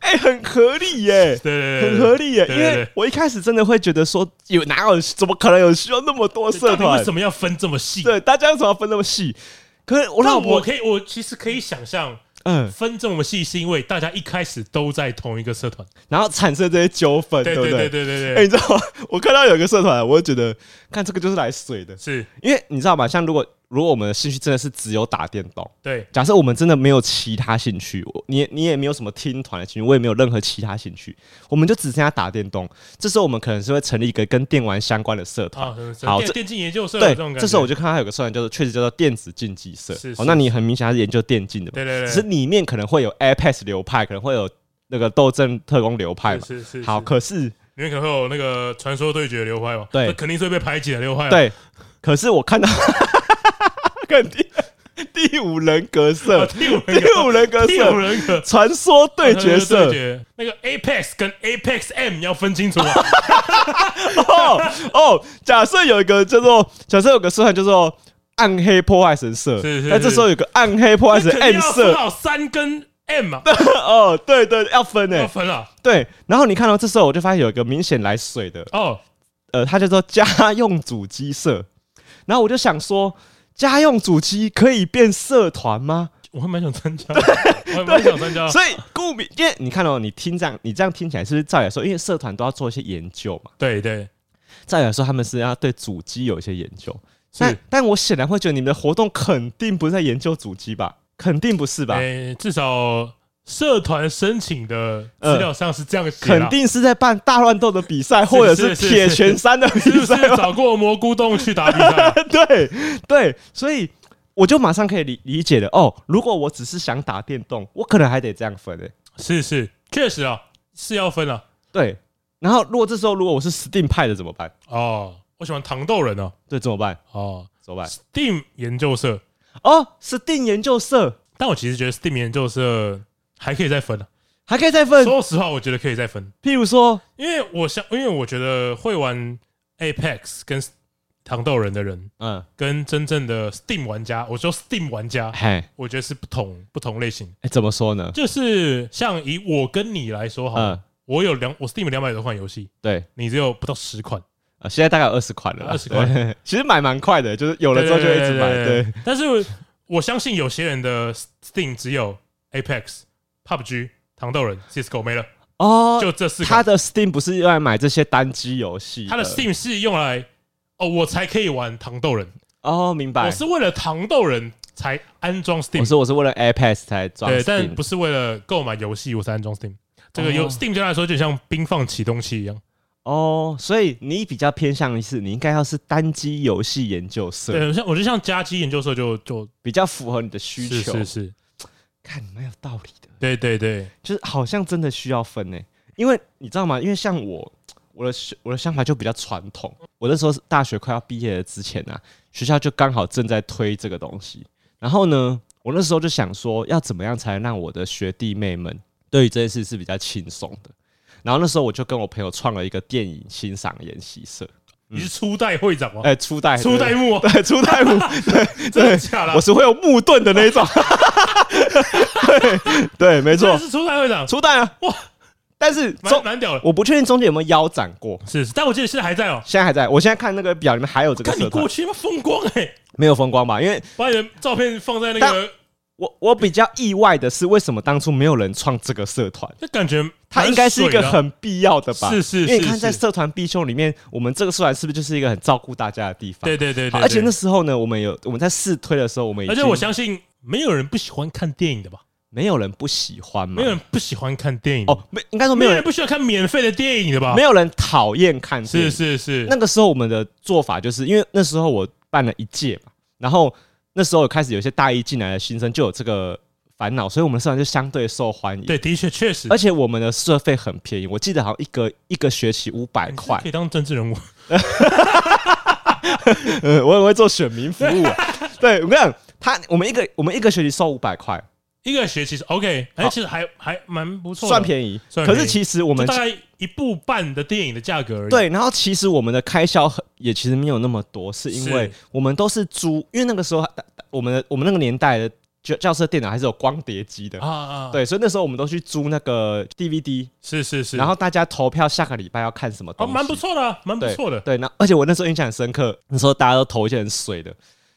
哎、很合理耶、
对对对，
很合理耶、
对
因
对对
为我一开始真的会觉得说，有哪有怎么可能有需要那么多
对
社
到底
团
为？什么要分这么细？
对，大家为什么要分那么细？可是我
那
老
我
婆，
可以，我其实可以想象，
嗯，
分这么细是因为大家一开始都在同一个社团。
然后产生这些纠纷，
对
不
对对
对
对对
哎、
对，
你知道吗？ 我看到有一个社团，我就觉得，看这个就是来水的，
是，
因为你知道吗？像如果如果我们的兴趣真的是只有打电动，
对
假设我们真的没有其他兴趣，我你也你也没有什么听团的兴趣，我也没有任何其他兴趣，我们就只剩下打电动。这时候我们可能是会成立一个跟电玩相关的社团。
啊，什么
好
电
这
电竞研究社
对
这种感，觉。
这时候我就看到有个社团叫做，确实叫做电子竞技社。
是
哦，
是
那你很明显它是研究电竞的嘛？
对对对，
只是里面可能会有 Apex 流派，可能会有那个斗阵特工流派嘛。
是是是
好，可是
里面可能会有那个传说对决流派嘛，
对
那肯定是会被排挤的流派啊。
对，可是我看到肯定第五人格
啊，
社，
第五人
第
格，
五人格
第五
社，
人格
传说对决
对
社，
决那个 Apex 跟 Apex M 要分清楚 啊。
哦哦，假设有一个叫做，假设有个社团叫做暗黑破坏神社
是是，
那这
是
时候有个暗黑破坏神
肯定
M
要分
社，
好三跟 M 嘛，
哦，对对，要分欸
要
诶，
分啊了
对。然后你看到这时候，我就发现有一个明显来水的，
哦，
呃，它叫做家用主机社，然后我就想说，家用主机可以变社团吗？
我还蛮想参 加的，我还蛮想参加的。
所以顾名，因为你看哦，你听这样，你这样听起来是不是照理来说，因为社团都要做一些研究嘛，
对对，
照理来说他们是要对主机有一些研究。但
是
但我显然会觉得你们的活动肯定不是在研究主机吧？肯定不是吧？
诶，哎至少社团申请的资料上是这样写的，
呃肯定是在办大乱斗的比赛，或者是
是是
铁拳三的
是
比
不是
赛吧？
找过蘑菇洞去打比赛？
对对，所以我就马上可以理理解了。哦，如果我只是想打电动，我可能还得这样分诶、欸
是是，确实啊，是要分啊。
对，然后如果这时候如果我是 Steam 派的怎么办？
哦，我喜欢糖豆人哦。
对，怎么办？
哦
怎么办？
，Steam 研究社，
哦，Steam 研究社
但我其实觉得 Steam 研究社还可以再分啊。
还可以再分，
说实话，我觉得可以再分，
譬如说，
因为我想，因为我觉得会玩 Apex 跟糖豆人的人，
嗯，
跟真正的 Steam 玩家，我说 Steam 玩家，
嘿，哎、
我觉得是不同不同类型。
怎么说呢？
就是像以我跟你来说好了，
嗯，
我有两我 Steam 两百多款游戏，
对，
你只有不到十款，
呃，现在大概有二十款了啦，
20款
对， 其实买蛮快的，就是有
有
了之后就一直买，对，。
但是我相信有些人的 Steam 只有 Apex、PUBG、糖豆人、Cisco 没了，
哦，
就这四款。
他的 Steam 不是用来买这些单机游戏，
他的 Steam 是用来哦，我才可以玩糖豆人，
哦，明白，
我是为了糖豆人才安装
我
Steam，
是我是为了 Apex 才装 Steam，
对，但不是为了购买游戏我才安装 Steam。这个有
哦
Steam 对他来说就像冰放启动器一样，
哦，所以你比较偏向于是，你应该要是单机游戏研究社，
对，像我就像家机研究社就就
比较符合你的需
是
求，
是是，
看蛮有道理的。
对对对，
就是好像真的需要分呢、因为你知道吗？因为像我，我的学我的想法就比较传统。我那时候是大学快要毕业了之前啊，学校就刚好正在推这个东西。然后呢，我那时候就想说，要怎么样才能让我的学弟妹们对于这件事是比较轻松的。然后那时候我就跟我朋友创了一个电影欣赏研习社，
你是初代会长吗？
嗯哎、初代
初代目啊，
对初代舞，
真的假的？
我是会有木盾的那一种。 对对，没
真
错
的，是初代会长，
初代啊，
哇
哇！但是
蛮
中
蛮屌的。
我不确定中间有没有腰斩过，
是，是但我记得现在还在哦。
现在还在。我现在看那个表里面还有这个
看你
社团
过，去嘛风光哎、
没有风光吧？因为
把你的照片放在那个，
我我比较意外的是，为什么当初没有人创这个社团？
那感觉
它应该是一个
蛮水的啊
很必要的吧？
是是
因为你
是
看在
是
社团必修里面，我们这个社团是不是就是一个很照顾大家的地方？
对对对对
好
对，
而且那时候呢，我们有我们在试推的时候，我们已
而
经
且我相信没有人不喜欢看电影的吧？
没有人不喜欢嘛，
没有人不喜欢看电影
哦，，没应该说
没
没有
有人
人
不需要看免费的电影的吧？
没有人讨厌看电影
啊是是是，
那个时候我们的做法就是因为那时候我办了一届嘛，然后那时候开始有一些大一进来的新生就有这个烦恼，所以我们社团就相对受欢迎。
对，的确确实，
而且我们的社费很便宜，我记得好像一个一个学期五百
你哎是
块
可。以当政治人物，
呃， 我也会做选民服务、啊。 对，我跟你讲，他我们一个我们一个学期收五百块，
一个学期是 OK，哎，
好
其实还还蛮不错的，
算便宜。
算
可
便宜
是其实我
就
们
大概一部半的电影的价格而已。，
对，然后其实我们的开销很也其实没有那么多，是因为
是
我们都是租，因为那个时候呃我们的我们那个年代的教教室电脑还是有光碟机的
啊啊，，
对，所以那时候我们都去租那个 DVD，
是是是，
然后大家投票下个礼拜要看什么
哦，
东西，
蛮不错的啊，蛮不
对
错的。
对，那而且我那时候印象很深刻，那时候大家都投一些很水的，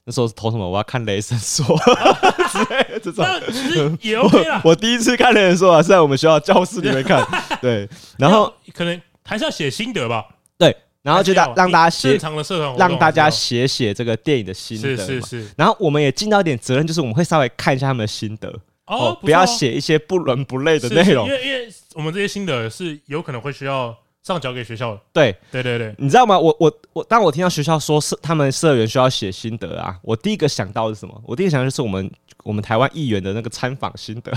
那时候投什么我要看雷 神说之类的这种。
那其实也 OK 啦。
我第一次看雷神说啊，是在我们学校教室里面 看，对，然后
要可能还是要写心得吧，
对，然后
还是
就让
要
让大家
正
写，
常的社团活动，
让大家
还是
写写这个电影的心
要
得
哦是是
嘛。
是
然后我们也尽到一点责任，就是我们会稍微看一下他们的心得
哦，
不要
错啊
写一些不伦不类的
是
内
是
容
因。为因为我们这些心得是有可能会需要上交给学校的。
对，
对对对，
你知道吗？我我我，当我听到学校说社他们社员需要写心得啊，我第一个想到的是什么？我第一个想到就是我们我们台湾议员的那个参访心 得，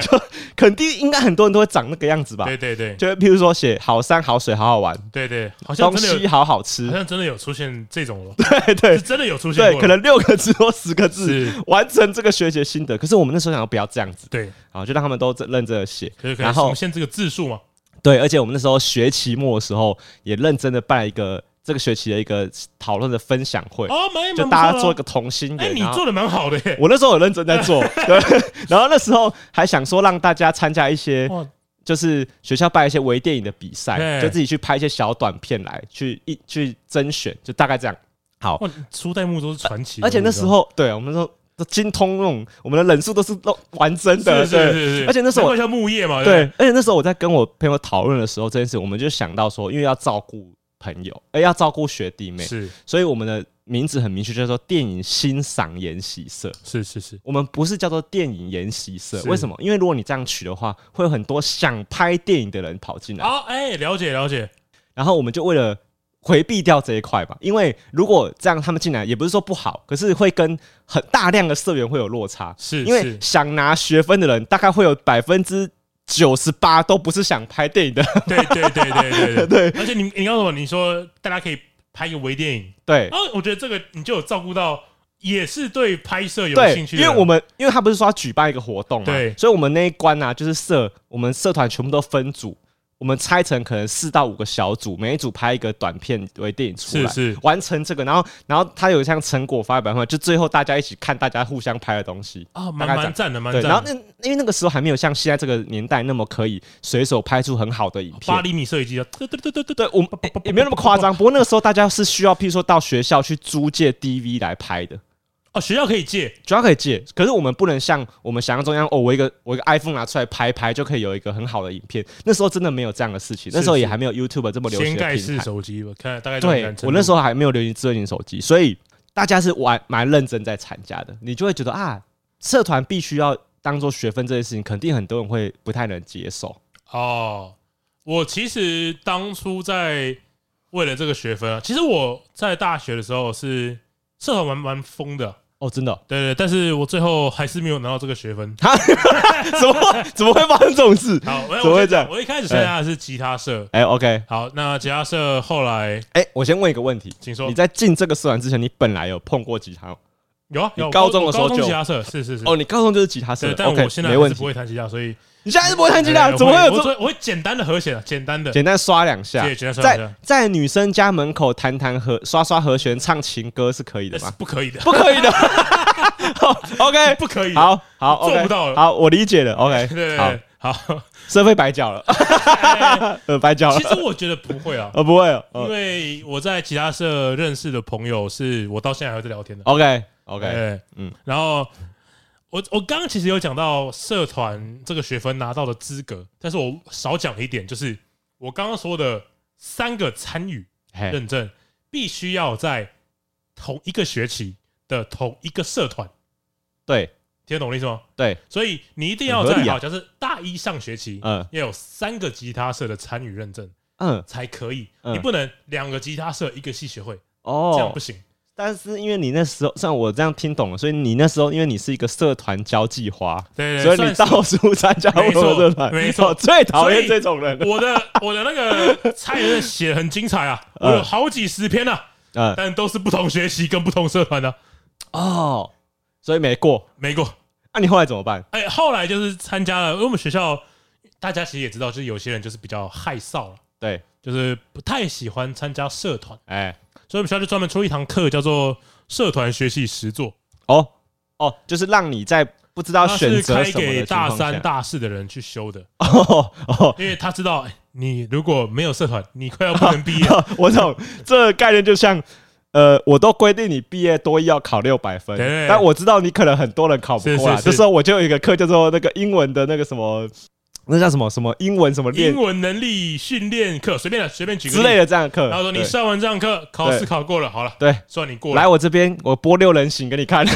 就肯定应该很多人都会长那个样子吧？
对对对
啊就是譬如说写好山好水好好玩，
对对，好像
东
真的
西
有，
好好吃
好，像真的有出现这种了，
对
是
对
真的有出现
对，
过
可
了，
能六个字或十个字
是，
完成这个学姐心得。可是我们那时候想要不要这样子，
对，
啊，就让他们都认真的写
可是，可
然
能
后
重现这个字数嘛，
对，而且我们那时候学期末的时候也认真的办了一个这个学期的一个讨论的分享会。
哦，蛮
就大家做一，
蛮不错的
个同心
啊哎，
圆。
你
然后
做的蛮好的耶，
我那时候有认真在 做，对。然后那时候还想说让大家参加一些，
哇，
就是学校办一些微电影的比赛，
哦对
就自己去拍一些小短片来去一去甄选，就大概这样。好，
哇，你初代目都是传奇人物，
而且那时候对我们说都精通那种，我们的人数都是都玩真的，
你知道吗是是
对。
是是，
而且那时候我
难怪叫木叶嘛，
对，而且那时候我在跟我朋友讨论的时候，这件事我们就想到说，因为要照顾朋友，哎，要照顾学弟
不
妹
对，，是
所以我们的名字很明确，叫做电影欣赏研习社。
是是是，
我们不是叫做电影研习社，
是
为什么？因为如果你这样取的话，会有很多想拍电影的人跑进来，
好，哎，了解了解，
然后我们就为了回避掉这一块吧。因为如果这样他们进来，也不是说不好，可是会跟很大量的社员会有落差，
是
因为
是
想拿学分的人，大概会有百分之九十八都不是想拍电影的，
对对对对对对，而且你你告诉我，你说大家可以拍一个微电影，
对
然。后我觉得这个你就有照顾到，也是对拍摄有
对
兴，趣
因
的人，
为我们因为他不是说要举办一个活动嘛，
对
所以我们那一关呢、啊，就是社我们社团全部都分组，我们拆成可能四到五个小组，每一组拍一个短片为电影出来，
是是
完成这个，然后然后他有一项成果发表会，就最后大家一起看大家互相拍的东西。
啊，
大
蛮
概这样
蛮赞的，蛮
对，
赞
然后
的。
那因为那个时候还没有像现在这个年代那么可以随手拍出很好的影
八
片，
厘米摄影机啊，对对对对对
对我们也也没有那么夸张。不过那个时候大家是需要，譬如说到学校去租借 DV 来拍的，
哦，学校可以借，
主要可以借，可是我们不能像我们想象中一样，哦，我一个我一个 iPhone 拿出来拍一拍就可以有一个很好的影片。那时候真的没有这样的事情，
是
那时候也还没有 YouTube 这么流
掀
行的
盖式
平台。
手机，我看大概
对我那时
候
候还没有流行智慧型手机，所以大家是玩蛮认真在参加的，你就会觉得啊，社团必须要当做学分这件事情，肯定很多人会不太能接受。
哦，我其实当初在为了这个学分啊，其实我在大学的时候是社团蛮蛮疯的，啊
哦，真的哦、
对对，但是我最后还是没有拿到这个学分。
怎么会怎么会发生这种事？
好，我
怎
我
么会
先
这样
讲我一开始参加的是吉他社，
哎、o k
好，那吉他社后来
哎、我先问一个问题，
请说
你在进这个社团之前，你本来有碰过吉他吗？
有啊，
你
有我
高中的
我
时候
高
就
中吉他社，是是是，
哦，你高中就是吉他社
对，
的
但
，OK，
我现在
没
还
问
是
题
不。会弹吉他，所以
你现在是不会弹吉他
哎，
怎么会有
我
这
我
么
会我会简单的和弦啊，简单的，
简单刷两下
对简单？刷两
在
下
在女生家门口弹弹和刷刷和弦、唱情歌是可以
那
的
是
吗？
不可以 的，
不可 以的。好 OK，
不可以的，
哎
啊
好好
做
OK，
不到了
好，我理解了。OK，
对对
好
对，，好。
社会白缴了，
哎
呃，白缴
其实
了。
我觉得不会啊，
呃，不会了。
因
呃
为我在吉他社认识的朋友是我到现在还会在聊天的。
OK OK，
对，
嗯
嗯，然后我我刚刚其实有讲到社团这个学分拿到的资格，但是我少讲了一点，就是我刚刚说的三个参与
嘿，
认证必须要在同一个学期的同一个社团
对，
听得懂我的意思吗？
对，
所以你一定要
很合
在
理啊
好像是大一上学期，
嗯
要有三个吉他社的参与认证
嗯，
才可以，
嗯
你不能两个吉他社一个系学会，这样
哦
不，行。
但是因为你那时候，像我这样听懂了，所以你那时候因为你是一个社团交际花，
对
所
对，
以
对，
你
算
到处参加
没
不
错
同的社团，
没错
我最讨厌
所
这
以
种人
是
了。
我的我的那个蔡元写的很精彩啊，我
嗯
有好几十篇啊，
嗯，
但都是不同学期跟不同社团的，
哦，所以没过。啊
没过。
那你后来怎么办？
哎，后来就是参加了，因为我们学校大家其实也知道，就是有些人就是比较害臊了，啊
对，
就是不太喜欢参加社团，
哎，
所以我们学校就专门出一堂课叫做社团学习实作，
哦哦，就是让你在不知道
它
选
是
择
开
什么
给
的情
大
况
三、
下
大四的人去修的，
哦哦，
因为他知道哎你如果没有社团，你快要不能 毕业了。
哦我懂这个概念，就像。呃，我都规定你毕业多一要考六百分
对对对，
但我知道你可能很多人考不
是
过来。
是
这
是
时候我就有一个课叫做那个英文的那个什么，那叫什么什么英文什么练
英文能力训练课，随便了，啊随便举个
之类
的。
的这样的 课。
然后说你
对
上完这堂课，考试考过了，好了，
对，
算你过了
来。我这边，我播六人行给 你看，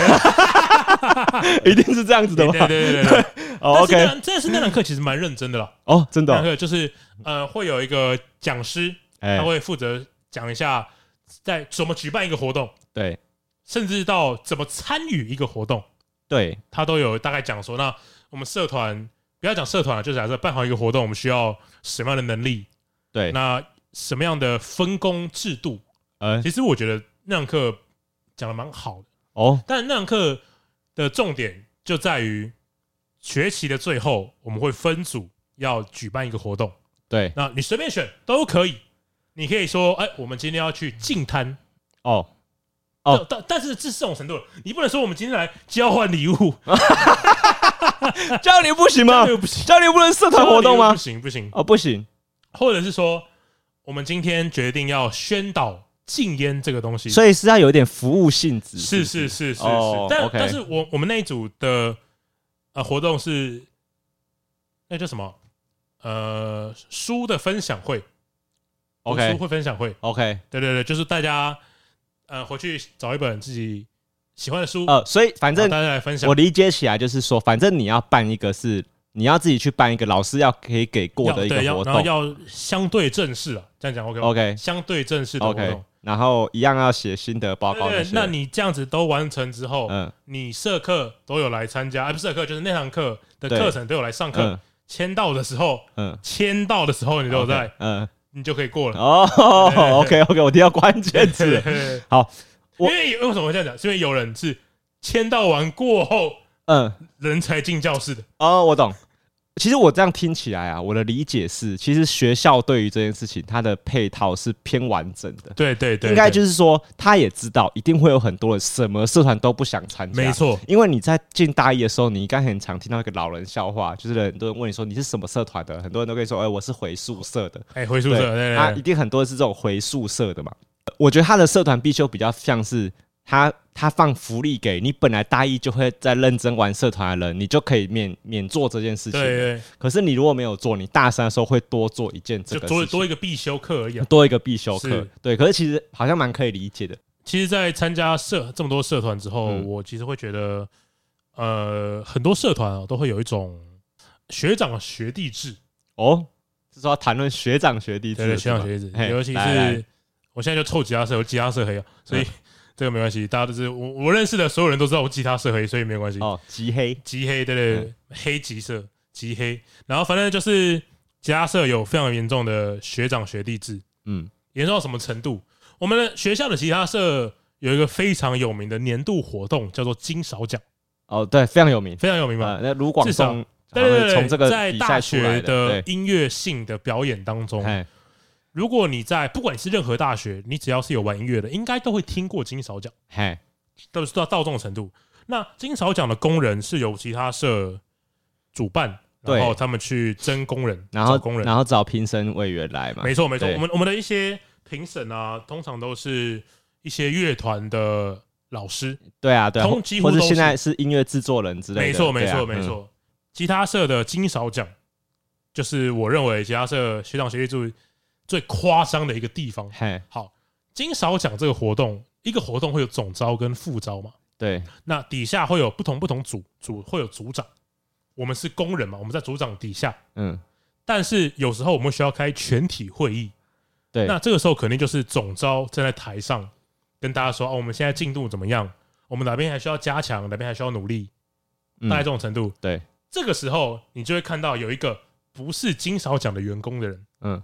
一定是这样子的
对
吧？
对对对对。对
哦
但是那
，OK，
堂但是那堂课其实蛮认真的啦，
哦，真的
那堂
哦，
课就是呃会有一个讲师，
哎
他，会负责讲一下在怎么举办一个活动，
对
甚至到怎么参与一个活动。
对，
他都有大概讲说，那我们社团不要讲社团了，就假设办好一个活动，我们需要什么样的能力，
对
那什么样的分工制度。
呃，
其实我觉得那堂课讲的蛮好的，
哦，
但那堂课的重点就在于学期的最后，我们会分组要举办一个活动，
对，
那你随便选都可以。你可以说，哎、我们今天要去净滩，
哦，哦
但但但是这是这种程度了，你不能说我们今天来交换礼物，
交流不行吗
这？个不行，
交流不能社团 活动吗
不？行不行，
哦，不行，
或者是说，我们今天决定要宣导禁烟这个东西，
所以是要有一点服务性质。
是
不
是是是是，
哦
但
OK
但是我我们那一组的呃活动是那叫什么呃书的分享会读书
，OK
会分享会，
OK，
对对对，就是大家呃回去找一本自己喜欢的书，
呃，所以反
然后
正
大家来分享
我。理解起来就是说，反正你要办一个是你要自己去办一个老师要可以给过
要
的一个
对要
活
然后
动
要相对正式啊，这样讲 OK 吗
OK
相对正式的活
，OK，
动。
然后一样要写心得报
对
告
对，
那
对
些。
那你这样子都完成之后，
嗯
你社课都有来参加，哎，不是社课，就是那堂课的
对
课程都有来上课
嗯。
签到的时候，
嗯，
签到的时候你都有在
OK，，嗯。
你就可以过了。
哦，OK
对
OK，我听到关键
对
字了。
对
好，
因
我
为为什么会这样讲？是因为有人是签到完过后
嗯，
人才进教室的。
哦，我懂。其实我这样听起来啊，我的理解是，其实学校对于这件事情，它的配套是偏完整的。
对对对，
应该就是是说，他也知道一定会有很多人什么社团都不想参加，
没。错。
因为你在进大一的时候，你应该很常听到一个老人笑话，就是很多人问你说你是什么社团的，很多人都跟你说，哎、我是回宿舍的。
哎，回宿
对，
舍，对
他
对对，
一定很多是这种回宿舍的嘛。呃我觉得他的社团必修比较像是他他放福利给你，本来大一就会在认真玩社团的人，你就可以免免做这件事情。
对对，
可是你如果没有做，你大三的时候会多做一件这
就
个
多
事情，
多一个必修课而 已啊。
多一个必修课
是。
对，可是其实好像蛮可以理解的。
其实，在参加社这么多社团之后，
嗯
我其实会觉得，呃，很多社团啊都会有一种学长学弟制，
哦，是说要谈论学长学
对
弟制
对，
的
学
是吗，
长学弟制，
嘿
尤其
来来嗯
是我现在就臭吉他社，我吉他社黑啊，所以这个没关系，大家都是我我认识的所有人都知道我吉他社黑，所以没有关系。
哦，嗯极黑
极黑，对对对，黑极社，极黑，然后反正就是吉他社有非常严重的学长学弟制，
嗯，
严重到什么程度？我们的学校的吉他社有一个非常有名的年度活动，叫做金勺奖。
哦，对，非常有名。
非常有名嘛
呃，。那卢广
至少
仲
对对
好像
对，
是从这个
在
比
大
赛出来
学的
的，对，
音乐性的表演当中，
哎，
如果你在不管你是任何大学，你只要是有玩音乐的，应该都会听过金勺奖，
嘿，
都是到到这种程度。那金勺奖的工人是由吉他社主办，
对
然后他们去争工人，
然后
找工人，
然后找评审委员来嘛，
没错没错。
对
我们我们的一些评审啊，通常都是一些乐团的老师，
对啊对啊，
通
或
几乎
或者
都
现
是
在是音乐制作人之类的，
没错，没
对啊
错，没，错。吉他社的金勺奖，就是我认为吉他社学长学弟最最夸张的一个地方
嗯。嘿，
好，金勺奖这个活动，一个活动会有总招跟副招嘛？
对，
那底下会有不同不同组组会有组长，我们是工人嘛，我们在组长底下，
嗯，
但是有时候我们需要开全体会议，
对，
那这个时候肯定就是总招站在台上跟大家说哦，我们现在进度怎么样？我们哪边还需要加强，哪边还需要努力，
嗯
大概这种程度。
对，
这个时候你就会看到有一个不是金少奖的员工的人
嗯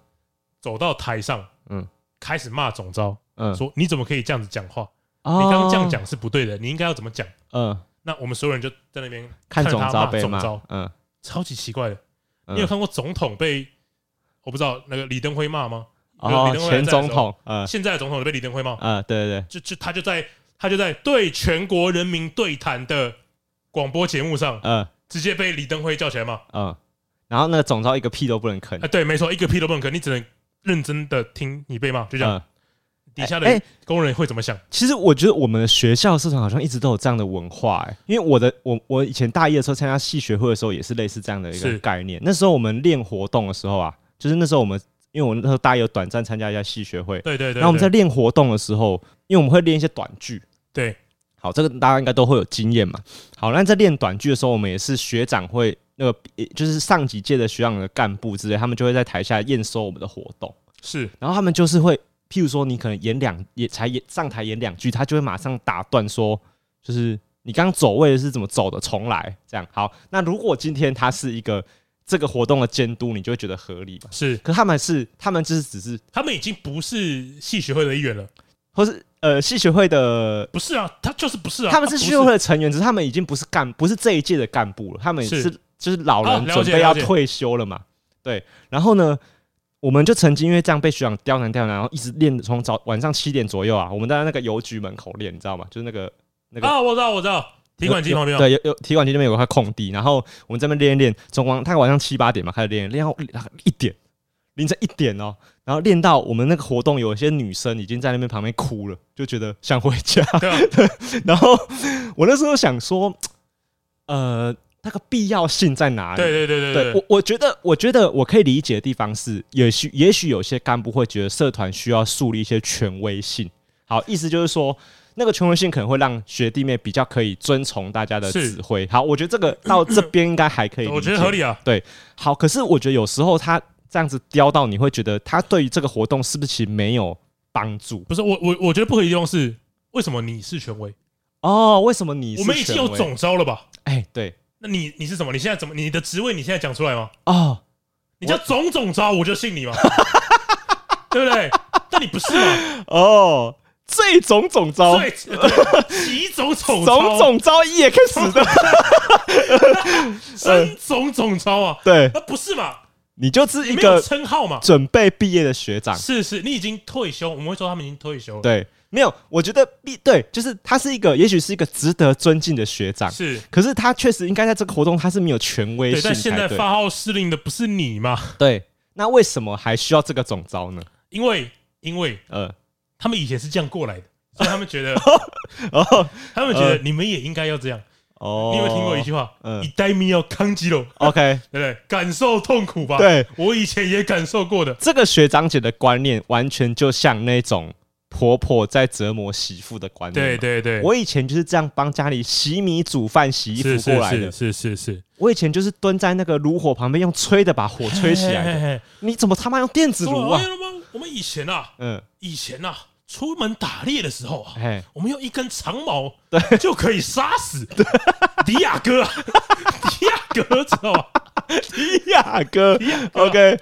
走到台上，
嗯，
开始骂总招，
嗯，哦
说你怎么可以这样子讲话？
你
你刚刚这样，讲是不对的，你应该要怎么讲？
嗯，
那我们所有人就在那边
看
着
总
他
招
骂
被
总
骂
招，，
嗯，
超级奇怪的。
嗯
你有看过总统被我不知道那个李登辉骂吗？
哦
李，登辉还
前
在的
总
时候，
统，嗯
现在的总统被李登辉骂，
嗯，对对对，
就就他就在他就在对全国人民对谈的广播节目上，
嗯
直接被李登辉叫起来骂。
嗯，然后那个总招一个屁都不能吭
啊，，对，没错，一个屁都不能吭，你只能认真的听你被骂，就这样。
嗯，
底下
哎
的工人会怎么想？
其实我觉得我们的学校社团好像一直都有这样的文化、欸，因为我的我我以前大一的时候参加系学会的时候也是类似这样的一个
是
概念。那时候我们练活动的时候啊，就是那时候我们因为我那时候大一有短暂参加一下系学会，
对对对，
然后我们在
对
练活动的时候，因为我们会练一些短剧。
对
好，这个大家应该都会有经验嘛。好，那在练短剧的时候，我们也是学长会那个呃就是上几届的学长的干部之类，他们就会在台下验收我们的活动。
是
然后他们就是会，譬如说你可能演两也才演上台演两句，他就会马上打断说，就是你刚走位是怎么走的，重来这样。好，那如果今天他是一个这个活动的监督，你就会觉得合理吧？
是，
可他们是他们就是只是，
他们已经不是系学会的一员了。
或是呃系学会的。
不是啊，他就是不是啊，
他们是
不
系学会的成员，只是他们已经不是干，不是这一届的干部了，他们
是
是就是老
啊
人
了
准
解
备要
了解
退休了嘛。对，然后呢，我们就曾经因为这样被学长刁难刁难，然后一直练从早晚上七点左右啊，我们在那个邮局门口练，你知道吗？就是那个那个
啊，我知道我知道，体管机旁边啊
对，有有体管机那边有块空地，然后我们这边练一练，从晚大概晚上七八点嘛开始练，练到一点，凌晨一点哦，然后练到我们那个活动有一些女生已经在那边旁边哭了，就觉得想回家。
对啊，
然后我那时候想说，呃，那个必要性在哪里？
啊对对对对对，
我我觉得，我觉得我可以理解的地方是，也许也许有些干部会觉得社团需要树立一些权威性。好，意思就是说，那个权威性可能会让学弟妹比较可以遵从大家的
是
指挥。好，我觉得这个到这边应该还可以，
我觉得合。理啊，
好，可是我觉得有时候他这样子刁到，你会觉得他对于这个活动是不是其实没有帮助？
不是我我我觉得不合理的地方是为什么你是权威？
哦，为什么你是
我们已经有
权威？
总招了吧？
哎、对，
那你你是什么？你现在怎么？你的职位你现在讲出来吗？
哦，
你叫总总招，我就信 你嘛，对不对？但你不是嘛？
哦，这种总招，
对，对习总总
种
招，
种招也可以死的，嗯
真总总招啊，
对，
那不是嘛？
你就是
你
一
没有
个
称号嘛？
准备毕业的学长，
是是，你已经退休，我们会说他们已经退休了，
对，没有，我觉得毕对，就是他是一个，也许是一个值得尊敬的学长，
是。
可是他确实应该在这个活动他是没有权威
对，
性
但现在
才对，
发号施令的不是你嘛？
对，那为什么还需要这个总招呢？
因为因为
呃，
他们以前是这样过 来的，所以他们觉得，
哦
他们觉得
呃
你们也应该要这样。
哦
你有没有听过一句话？
嗯
一代命要康吉隆，
？OK，
对不对？感受痛苦吧。
对，
我以前也感受过的。
这个学长姐的观念完全就像那种婆婆在折磨媳妇的观念嘛，
对对对，
我以前就是这样帮家里洗米、煮饭、洗衣服过来的。
是是是是是，
我以前就是蹲在那个炉火旁边，用吹的把火吹起来
嘿。
的。
嘿嘿
你怎么他妈用电子
怎
炉
么
啊
了？吗？我们以前啊，
嗯，
以前啊，出门打猎的时候啊，
哎，
我们用一根长毛就可以杀死迪亚哥 啊，迪亚哥知道吗？
亚哥
迪 亚哥啊
，OK，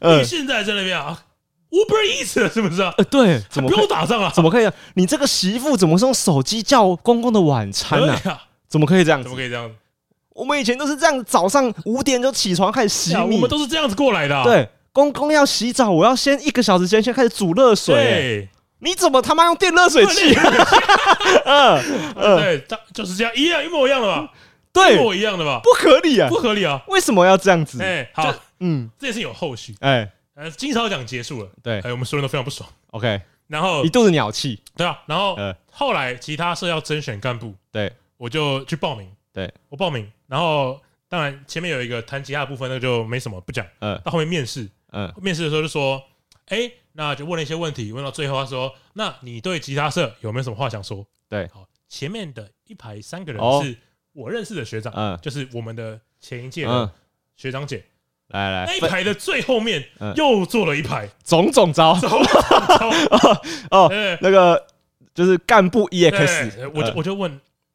呃
你，现在在那边啊，Uber Eats 了是不是啊？
呃，对，怎么
不
可
用
以
打仗啊？
怎么可以啊？你这个媳妇怎么是用手机叫公公的晚餐
对
呢、
啊？
怎么可以这样
怎
子
么？可以这样子？
我们以前都是这样，早上五点就起床开始洗
对啊
米
我们，都是这样子过来的啊。
对，公公要洗澡，我要先一个小时前先开始煮热水。
对
你怎么他妈用电热水器？ 嗯，
对，这就是这样，一样一模一样的吧？一
对，
模一样的吧？
不合理啊
不！合理啊！
为什么要这样子？
哎，好，
嗯，
这件事有后续。
哎，
呃，金勺奖结束了，
对
哎，我们所有人都非常不爽。
，OK，
然后
一肚子鸟气，
对啊，然后
呃
后来其他社要甄选干部，
对，
我就去报名。
对
我报名，然后当然前面有一个弹吉他的部分，那个就没什么不讲。
嗯
到后面面试，
嗯
面试的时候就说，哎，那就问了一些问题，问到最后他说，那你对吉他社有没有什么话想说？
对
好，前面的一排三个人
哦
是我认识的学长，
嗯
就是我们的前一届
嗯
的，学长姐。
来
那
来
一
分
排的最后面
嗯
又坐了一排，
种 种招哦，
对
那个就是干部
对
EX，
我就
呃
我就问，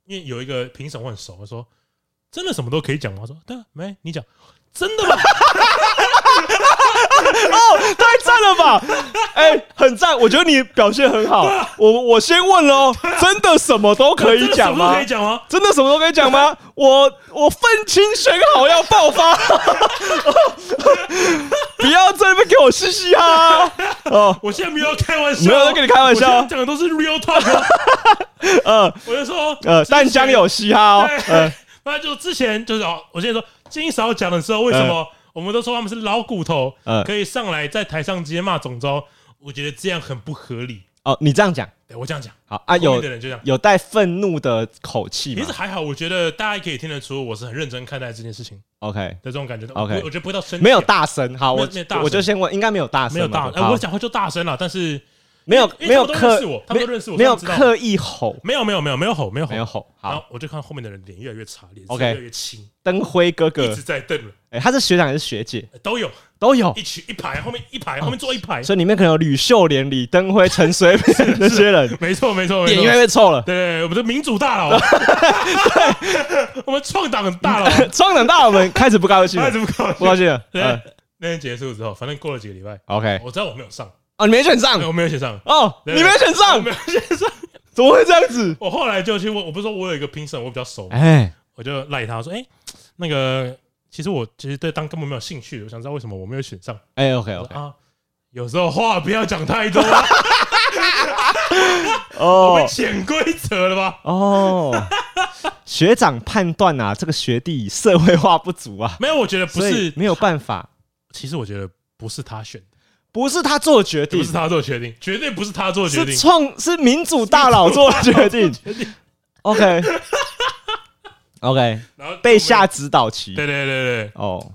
因为有一个评审我很熟，我说真的什么都可以讲吗？我说对啊，没你讲真的吗？
哦太赞了 吧！哎，很赞，我觉得你表现很 好。我我先问了 哦，真的什么都 可以讲
真的什么都
吗
可以？讲吗？
真的什么都可以讲 吗？我我愤青选好要爆发， 不要在那边给我嘻嘻哈哈哦。
我现在没有开玩笑，哦
没有在跟你开玩笑
我
哦
现在讲的都是 real talk 哦。
呃
我就说，
呃，淡江有嘻哈哦，
对
呃，
那就之前就是哦，我现在说金嫂讲的时候，为什
呃
么我们都说他们是老骨头
嗯，
可以上来在台上直接骂总招？我觉得这样很不合理。
哦，你这样讲
对我这样讲，
好啊，
后面
有
的人就这样。
有带愤怒的口气
其
吗
实还好，我觉得大家可以听得出我是很认真看待这件事情
？OK，
的这种感觉的。
OK
我我觉得不会到生气
没有大声，好，
没
我
有没有大声
我就先问，应该没有大声
没有
嘛，
大，哎，
好
我讲话就大声了，但是
没有
因为
没有
他们都认
刻
识我他们都认识我
没有
他们知道
刻意吼，
没有没有没有没有吼没有
没有
吼。
吼，
然后
好，
我就看后面的人脸越来越差，脸色
OK
越来越青，
灯辉哥
一
哥
直，在瞪了，
哎，他是学长还是学姐
呃都有
都有
一，群一排，后面一排，后面坐一排，
哦所以里面可能有吕秀莲、李登辉、陈水扁那些人，
没错没错没
脸
错
越来。越臭了，
对对，对我们的民主大 佬，我们创党很大佬，
装冷大我们开始不高兴
那
了
怎，么搞？
不高兴了，
对
嗯
那天结束之后，反正过了几个礼拜，
，OK，
我知道我没有上，
哦，你没选上
对我没有写上，
哦，
对
你没选
我
上
没，有写上。
怎么会这样子？
我后来就去问，我不是说我有一个评审，我比较熟，
哎，
我就赖他说，哎，那个其实我其实对当根本没有兴趣，我想知道为什么我没有选上。
哎，OK
我说
OK，
啊，有时候话不要讲太多啊，我
哦
们潜规则了吧？
哦，学长判断啊，这个学弟社会化不足啊，
没有，我觉得不
所以
是，
没有办法，
其实我觉得不是他选的，
不是他做决定
不，是他做决定，绝对不是他做决定
是。创是民主大佬做决定。OK OK，
然后
被下指导棋
对对对对，
哦，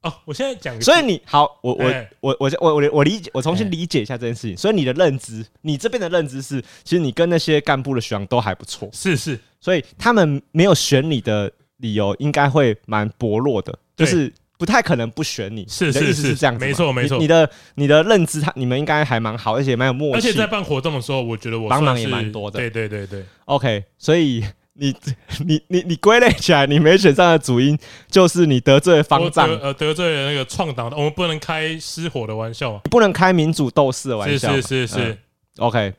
哦，我现在讲个，
所以你好，我我
哎
我我我我我理解，我重新
哎
理解一下这件事情。所以你的认知，你这边的认知是，其实你跟那些干部的学长都还不错，
是是，
所以他们没有选你的理由应该会蛮薄弱的，
对
就是。不太可能不选你，
是
你的
是
意思
是
这样子吗，
没错没
你
错
你的你的认知他，你们应该还蛮好，而且蛮有默
而
契。
且在办活动的时候，我觉得我
帮忙
算
也
是
蛮多的
对对对对，
OK，所以你 你你你归类起来，你没选上的主因就是你得罪了
我
方丈，
得呃得罪了那个创党的，我们不能开失火的玩笑嘛，
你不能开民主斗士的玩
是
笑嘛。
是是
嗯
是，
OK，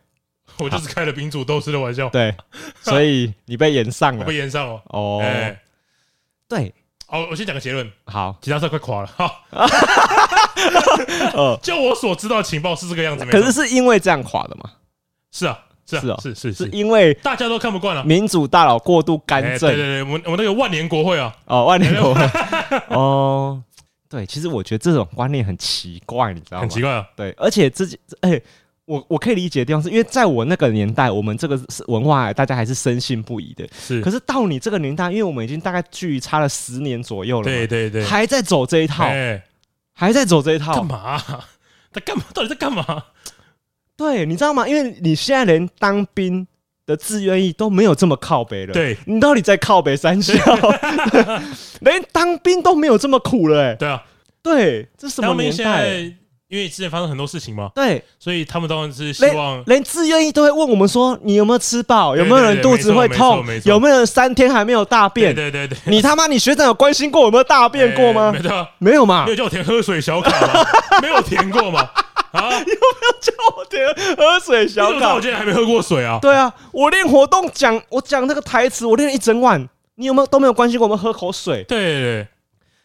我就是开了民主斗士的玩笑，
对，所以你被延上
我
了
被。延上哦，
哦，
哎，
对，
哦，我先讲个结论，
好，
吉他社快垮 了，哈，
呃，
就我所知道的情报是这个样子，没
可是
错
是因为这样垮的嘛？
是啊是
是哦
啊是是
是
是，
因为
大家都看不惯啊了。
民主大佬过度干
哎，对对
政
对，我们我们那个万年国会啊，
哦，万年国会 哦。对，其实我觉得这种观念很奇怪，你知道吗？
很奇怪啊，
对，而且自己，哎、我我可以理解的地方是因为在我那个年代，我们这个是文化大家还是深信不疑的。
是
可，是到你这个年代，因为我们已经大概距离差了十年左右了嘛，
对对对，
还在走这一套，
哎
还在走这一套
干，嘛啊？在干嘛？到底在干嘛？
对，你知道吗？因为你现在连当兵的志愿役都没有这么靠北了，
对
你到底在靠 北三小？连当兵都没有这么苦了、哎，
对啊，
对，这什么
当兵
年
现
代、
在因为之前发生很多事情嘛，
对，
所以他们当然是希
连
望
连自愿意都会问我们说：“你有没有吃饱？有
对
没有人肚子会痛
对对没错没？错
有没有人三天还没有大
对
便？
对对对，
你他妈，你学长有关心过我有没有大便过吗
哎没？错啊，
没有嘛
没有？叫我填喝水小卡吗？没有填过吗？啊，
叫我填喝水
你怎
小
么知道
卡
我。今天还没喝过水啊？
对啊，我练活动讲，我讲那个台词，我练了一整晚。你有没有都没有关心过我们喝口水？
对对对，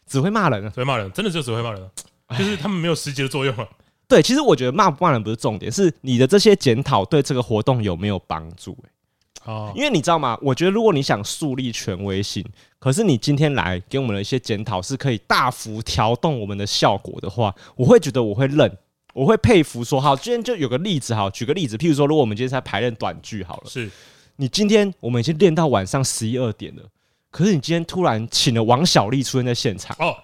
只会骂人啊。
只会骂人，真的就只会骂人啊，就是他们没有实际的作用啊。
对，其实我觉得骂不骂人不是重点，是你的这些检讨对这个活动有没有帮助、欸
哦，
因为你知道吗？我觉得如果你想树立权威性，可是你今天来给我们的一些检讨是可以大幅调动我们的效果的话，我会觉得我会认，我会佩服说好，今天就有个例子好，举个例子，譬如说，如果我们今天在排练短剧好了，
是
你今天我们已经练到晚上十一二点了，可是你今天突然请了王小利出现在现场，
哦，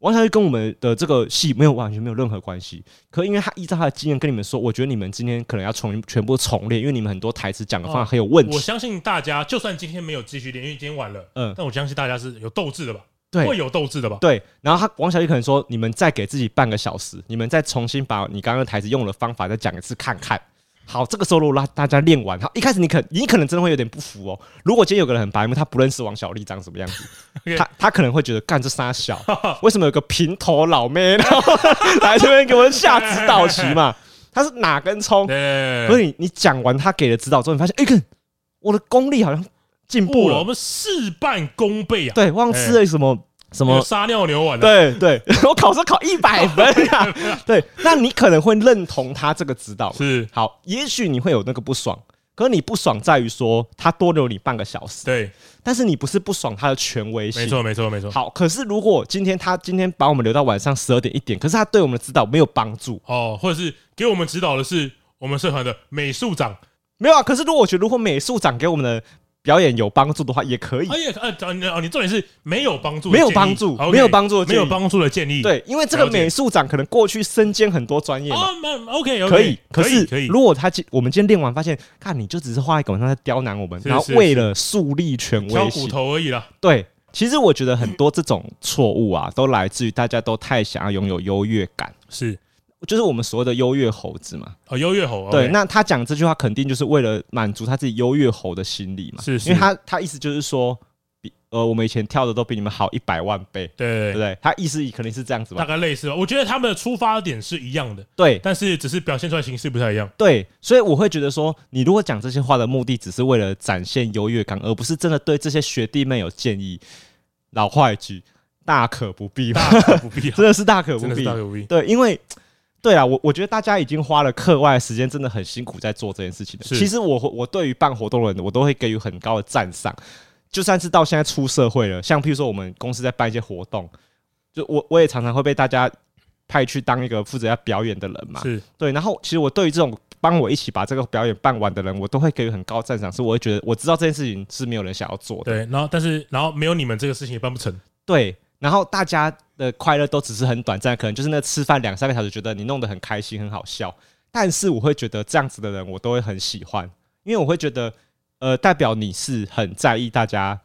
王小玉跟我们的这个戏没有完全没有任何关系，可因为他依照他的经验跟你们说，我觉得你们今天可能要重全部重练，因为你们很多台词讲的方法
哦
很有问
我
题。
相信大家，就算今天没有继续练，因为今天晚了，
嗯，
但我相信大家是有斗志的吧？
对
会有斗志的吧？
对。然后他王小玉可能说，你们再给自己半个小时，你们再重新把你刚刚的台词用的方法再讲一次看看。好，这个时候如果让大家练完，好，一开始你可你可能真的会有点不服哦。如果今天有个人很白目，他不认识王小丽长什么样子
OK，
他他可能会觉得干这傻小， 为什么有个平头老妹然后 来这边给我下指导棋嘛？他是哪根葱？
对，
所以你你讲完他给的指导之后，你发现，哎、看我的功力好像进
哦
步
哇我
了。
们事半功倍啊！
对，忘吃了什么、什
有
么？
撒尿牛丸的，
对对，我考试考一百分啊！对，那你可能会认同他这个指导。
是，
好，也许你会有那个不爽，可是你不爽在于说他多留你半个小时，
对，
但是你不是不爽他的权威性。
没错，没错，没错。
好，可是如果今天他今天把我们留到晚上十二点一点，可是他对我们的指导没有帮助，
哦，或者是给我们指导的是我们社团的美术长，
没有啊。可是如果我觉得如果美术长给我们的表演有帮助的话，也可以。
哎呀，呃，哦你哦，你重点是没有帮助的建议，
没有帮助
OK，
没有帮助的
没
建议
有帮助的建议，
对，因为这个
了解
美术长可能过去身兼很多专业嘛，
哦，那 OK，
可以。可
可以，可
是
以，
如果他今我们今天练完发现，看你就只是花一个晚上在刁难我们，
是
然后
是
为了树立权
挑
威
骨
性，
头而已啦。
对。其实我觉得很多这种错误啊，都来自于大家都太想要拥有优越感，
是，
就是我们所谓的优越猴子嘛。
哦，优越猴，
对，
OK，
那他讲这句话肯定就是为了满足他自己优越猴的心理嘛。
是是
因为他他意思就是说，比呃我们以前跳的都比你们好一百万倍，
对
对不
对，
对？他意思肯定是这样子
大
嘛。
概类似吧。我觉得他们的出发点是一样的，
对，
但是只是表现出来形式不太一样。
对，所以我会觉得说，你如果讲这些话的目的只是为了展现优越感，而不是真的对这些学弟妹有建议，老话一句，大可 不必 嘛，
大可不必啊，
真的是大可不
真的是
必
大。可不必。
对，因为对啊，我我觉得大家已经花了课外的时间，真的很辛苦在做这件事情了。
是
其实我我对于办活动的人，我都会给予很高的赞赏。就算是到现在出社会了，像譬如说我们公司在办一些活动，就我我也常常会被大家派去当一个负责要啊表演的人嘛。
是
对，然后其实我对于这种帮我一起把这个表演办完的人，我都会给予很高赞赏，是我会觉得我知道这件事情是没有人想要做的。
对，然后但是然后没有你们这个事情也办不成，
对，然后大家的快乐都只是很短暂，可能就是那吃饭两三个小时，觉得你弄得很开心，很好笑。但是我会觉得这样子的人，我都会很喜欢，因为我会觉得，呃，代表你是很在意大家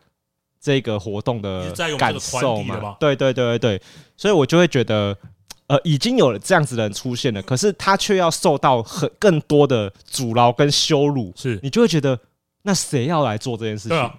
这个活动
你
的
是在意我们这
感
个
受
团体的嘛
对对对对对，所以我就会觉得。呃，已经有了这样子的人出现了，可是他却要受到很更多的阻挠跟羞辱，
是
你就会觉得，那谁要来做这件事
对
情？
啊，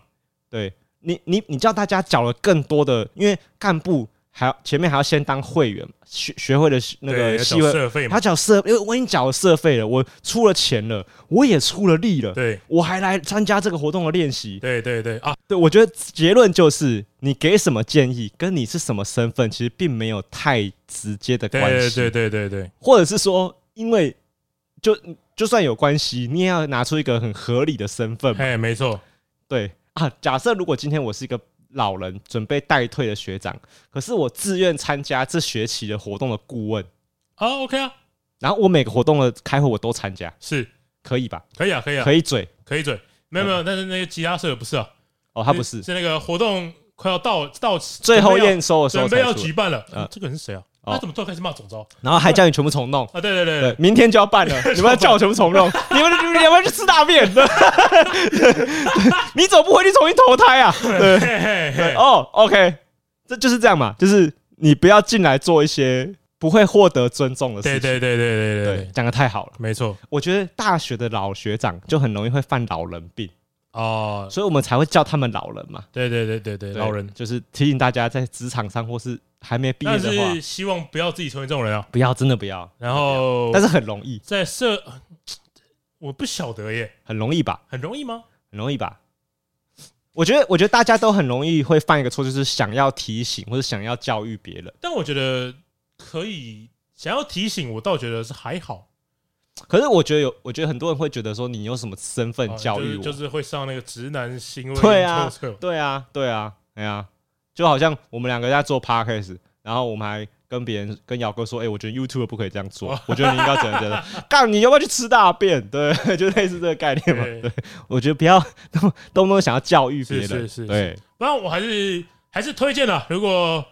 对你，你你叫大家缴了更多的，因为干部还要前面还要先当会员，学学会的那
对
个
要
系
缴
会，
社费嘛
他，缴社，因为我已经缴了社费了，我出了钱了，我也出了力了，
对
我还来参加这个活动的练习。
对对对啊，
对，我觉得结论就是，你给什么建议，跟你是什么身份，其实并没有太直接的
对
关系，
对对对对，
或者是说，因为就就算有关系，你也要拿出一个很合理的身份嘛。
哎，没错，
对啊，假设如果今天我是一个老人，准备待退的学长，可是我自愿参加这学期的活动的顾问，
啊，OK 啊，
然后我每个活动的开会我都参加，
是
可以吧？
可以啊，可以啊，
可以嘴
可以嘴，没有没有，但是那个吉他社不是啊，
哦，他不是
是那个活动快要到到
最后
准备要
验收的时候
准备要
才出
举
来，
办了，
嗯
啊这个人是谁啊？
哦
他怎么突然开始骂总招
然后还叫你全部重弄。
啊？对 对对
对
对，，
明天就要 办了，你们要叫我全部重弄，你们你们要不要去吃大便？ 你怎么不回去重新投胎啊？对
嘿嘿
对
嘿，
哦，OK，这就是这样嘛，就是你不要进来做一些不会获得尊重的事
对
情。
对对对对
对
对，，
讲的太好了。
没错
我觉得大学的老学长就很容易会犯老人病，
哦，
所以我们才会叫他们老人嘛。
对对对对对，
对
老人，
就是提醒大家，在职场上或是还没毕业
但
的话
是，希望不要自己成为这种人啊。
不要真的不要。
然后，
但是很容易，
在社，我不晓得耶，
很容易吧，
很容易吗？
很容易吧。我觉得，我觉得大家都很容易会犯一个错，就是想要提醒或者想要教育别人。
但我觉得可以，想要提醒我，倒觉得是还好。
可是我觉得有，我觉得很多人会觉得说，你用什么身份
啊
教
就
育
是
我？
就是会上那个直男行为
对啊
研究社
对啊，对啊，哎呀、就好像我们两个在做 podcast，然后我们还跟别人跟姚哥说，哎、我觉得 YouTube 不可以这样
哦
做，我觉得你应该怎样怎样怎样。 干，你要不要去吃大便？对， 就类似这个概念嘛。
对
对，我觉得不要动不动想要教育
是
别人，
是是是
对，
不然我还是还是推荐啦。如果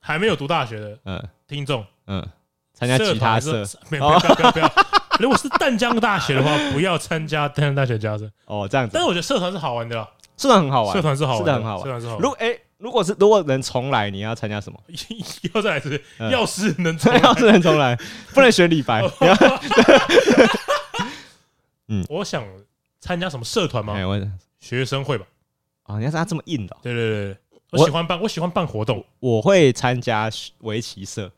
还没有读大学的
嗯
听众，
嗯，参加
社
吉他
团
社
是， 没有 不要不要不要。如果是淡江大学的话，不要参加淡江大学家社。
哦，这样子
但，是我觉得社团是好玩的啦，
社团很好玩，
社团是好玩
社
的，
团很好
社
玩。
团是好玩
如哎、如果是如果能重来，你要参加什么？
的。要再来一次，
嗯
要是能 重来
要是能重来，不能选 李白。你要
我想参加什么社团吗
哎，？我
学生会吧。
哦，你要是他这么硬的哦、
对对对对，
我
我喜欢办，我喜欢办活动。
我会参加围棋社。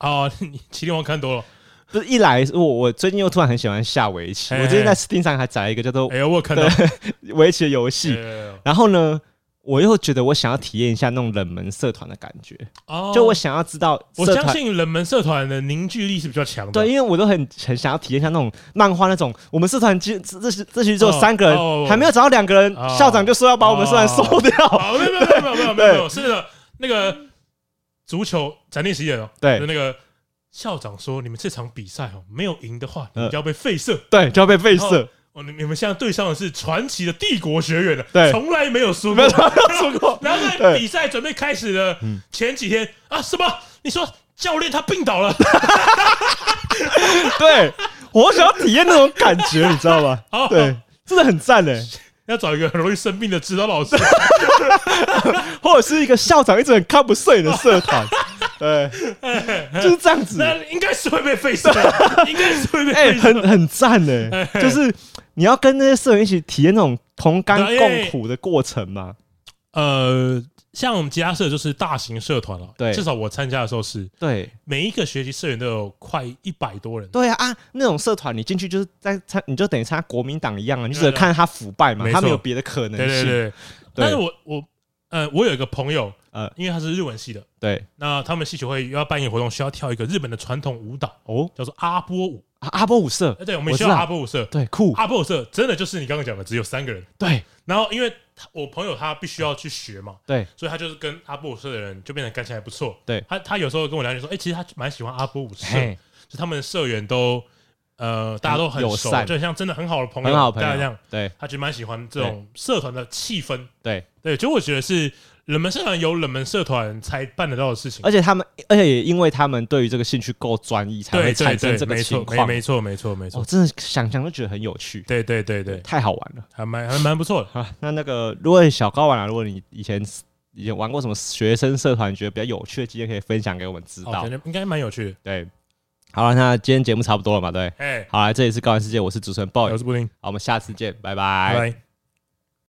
哦， 你麒麟王看多了。
不是一来是我我最近又突然很喜欢下围棋，
嘿嘿
我最近在 Steam 上还载了一个叫做
哎呦，我有看到
对围棋的游戏，
哎
然后呢，我又觉得我想要体验一下那种冷门社团的感觉，
哦，
就我想要知道
我
社
相
团。
信冷门社团的凝聚力是比较强的。
对，因为我都很很想要体验一下那种漫画那种，我们社团这这这这群只有
哦
三个人，
哦
还没有找到两个人，
哦
校长就说要把我们社团收掉。
哦，没有没有没有没有没有没有，是那个那个足球展练实验哦，
对
就那个校长说，你们这场比赛哦，没有赢的话，你们
嗯
就要被废社。
对，就要被废社。
哦，你你们现在对上的是传奇的帝国学院的，
对
从来没有输
没
过
有，输过
然后在
对
比赛准备开始的
嗯
前几天啊，什么？你说教练他病倒了？
对，我想要体验那种感觉，你知道吗？
哦，
对，真的很赞欸嘞。
要找一个很容易生病的指导老师。
或者是一个校长一直很看不顺眼的社 团，对，就是这样子。
那应该是会被废社，应该是会被
哎、
废社。
很很赞呢、
哎
就是你要跟那些社员一起体验那种同甘
对因为
共苦的过程嘛。
呃，像我们吉他社就是大型社团了，
对
至少我参加的时候是
对，
每一个学期社员都有快一百多人，
对啊啊，那种社团你进去就是在参，你就等于参加国民党一样啊，你只能
对
看他腐败嘛
没，
他没
错
有别的可能
对对
性。
对。但是我我呃，我有一个朋友，
呃
因为他是日文系的，
对
那他们戏曲会要办一个活动，需要跳一个日本的传统舞蹈，
哦，
叫做阿波舞。
啊阿波舞社
哎，对，我们
我
需
知
要
道
阿波舞社。
对酷，
阿波舞社真的就是你刚刚讲的，只有三个人。
对
然后因为他我朋友他必须要去学嘛，
对
所以他就是跟阿波舞社的人就变得感情还不错。
对
他，他有时候跟我聊天说，哎、其实他蛮喜欢阿波舞社，
嘿
就他们的社员都呃大家都很
友
熟，
善
就很像真的很好的朋友，
很好朋
大家这
友
样，，
对
他就蛮喜欢这种社团的气氛。
对，
对，就我觉得是冷门社团有冷门社团才办得到的事情
而。且他们，而且也因为他们对于这个兴趣够专一，才
对
会
对
产生
对
这，个
没错
情，
没
况。
没错，没错，没错
我、哦、。真的想想都觉得很有趣，
对对对对，
太好玩了
还蛮还蛮不错的。
啊！ 那那个，如果小高玩啊，如果你以前以前玩过什么学生社团，觉得比较有趣的经验，可以分享给我们知
哦，
道。
感觉应该蛮有趣的。
对，好了，那今天节目差不多了嘛？对，
哎，
好了，这里是高玩世界，我是主持人 boy，
我是布丁，
好，我们下次见，拜
拜拜。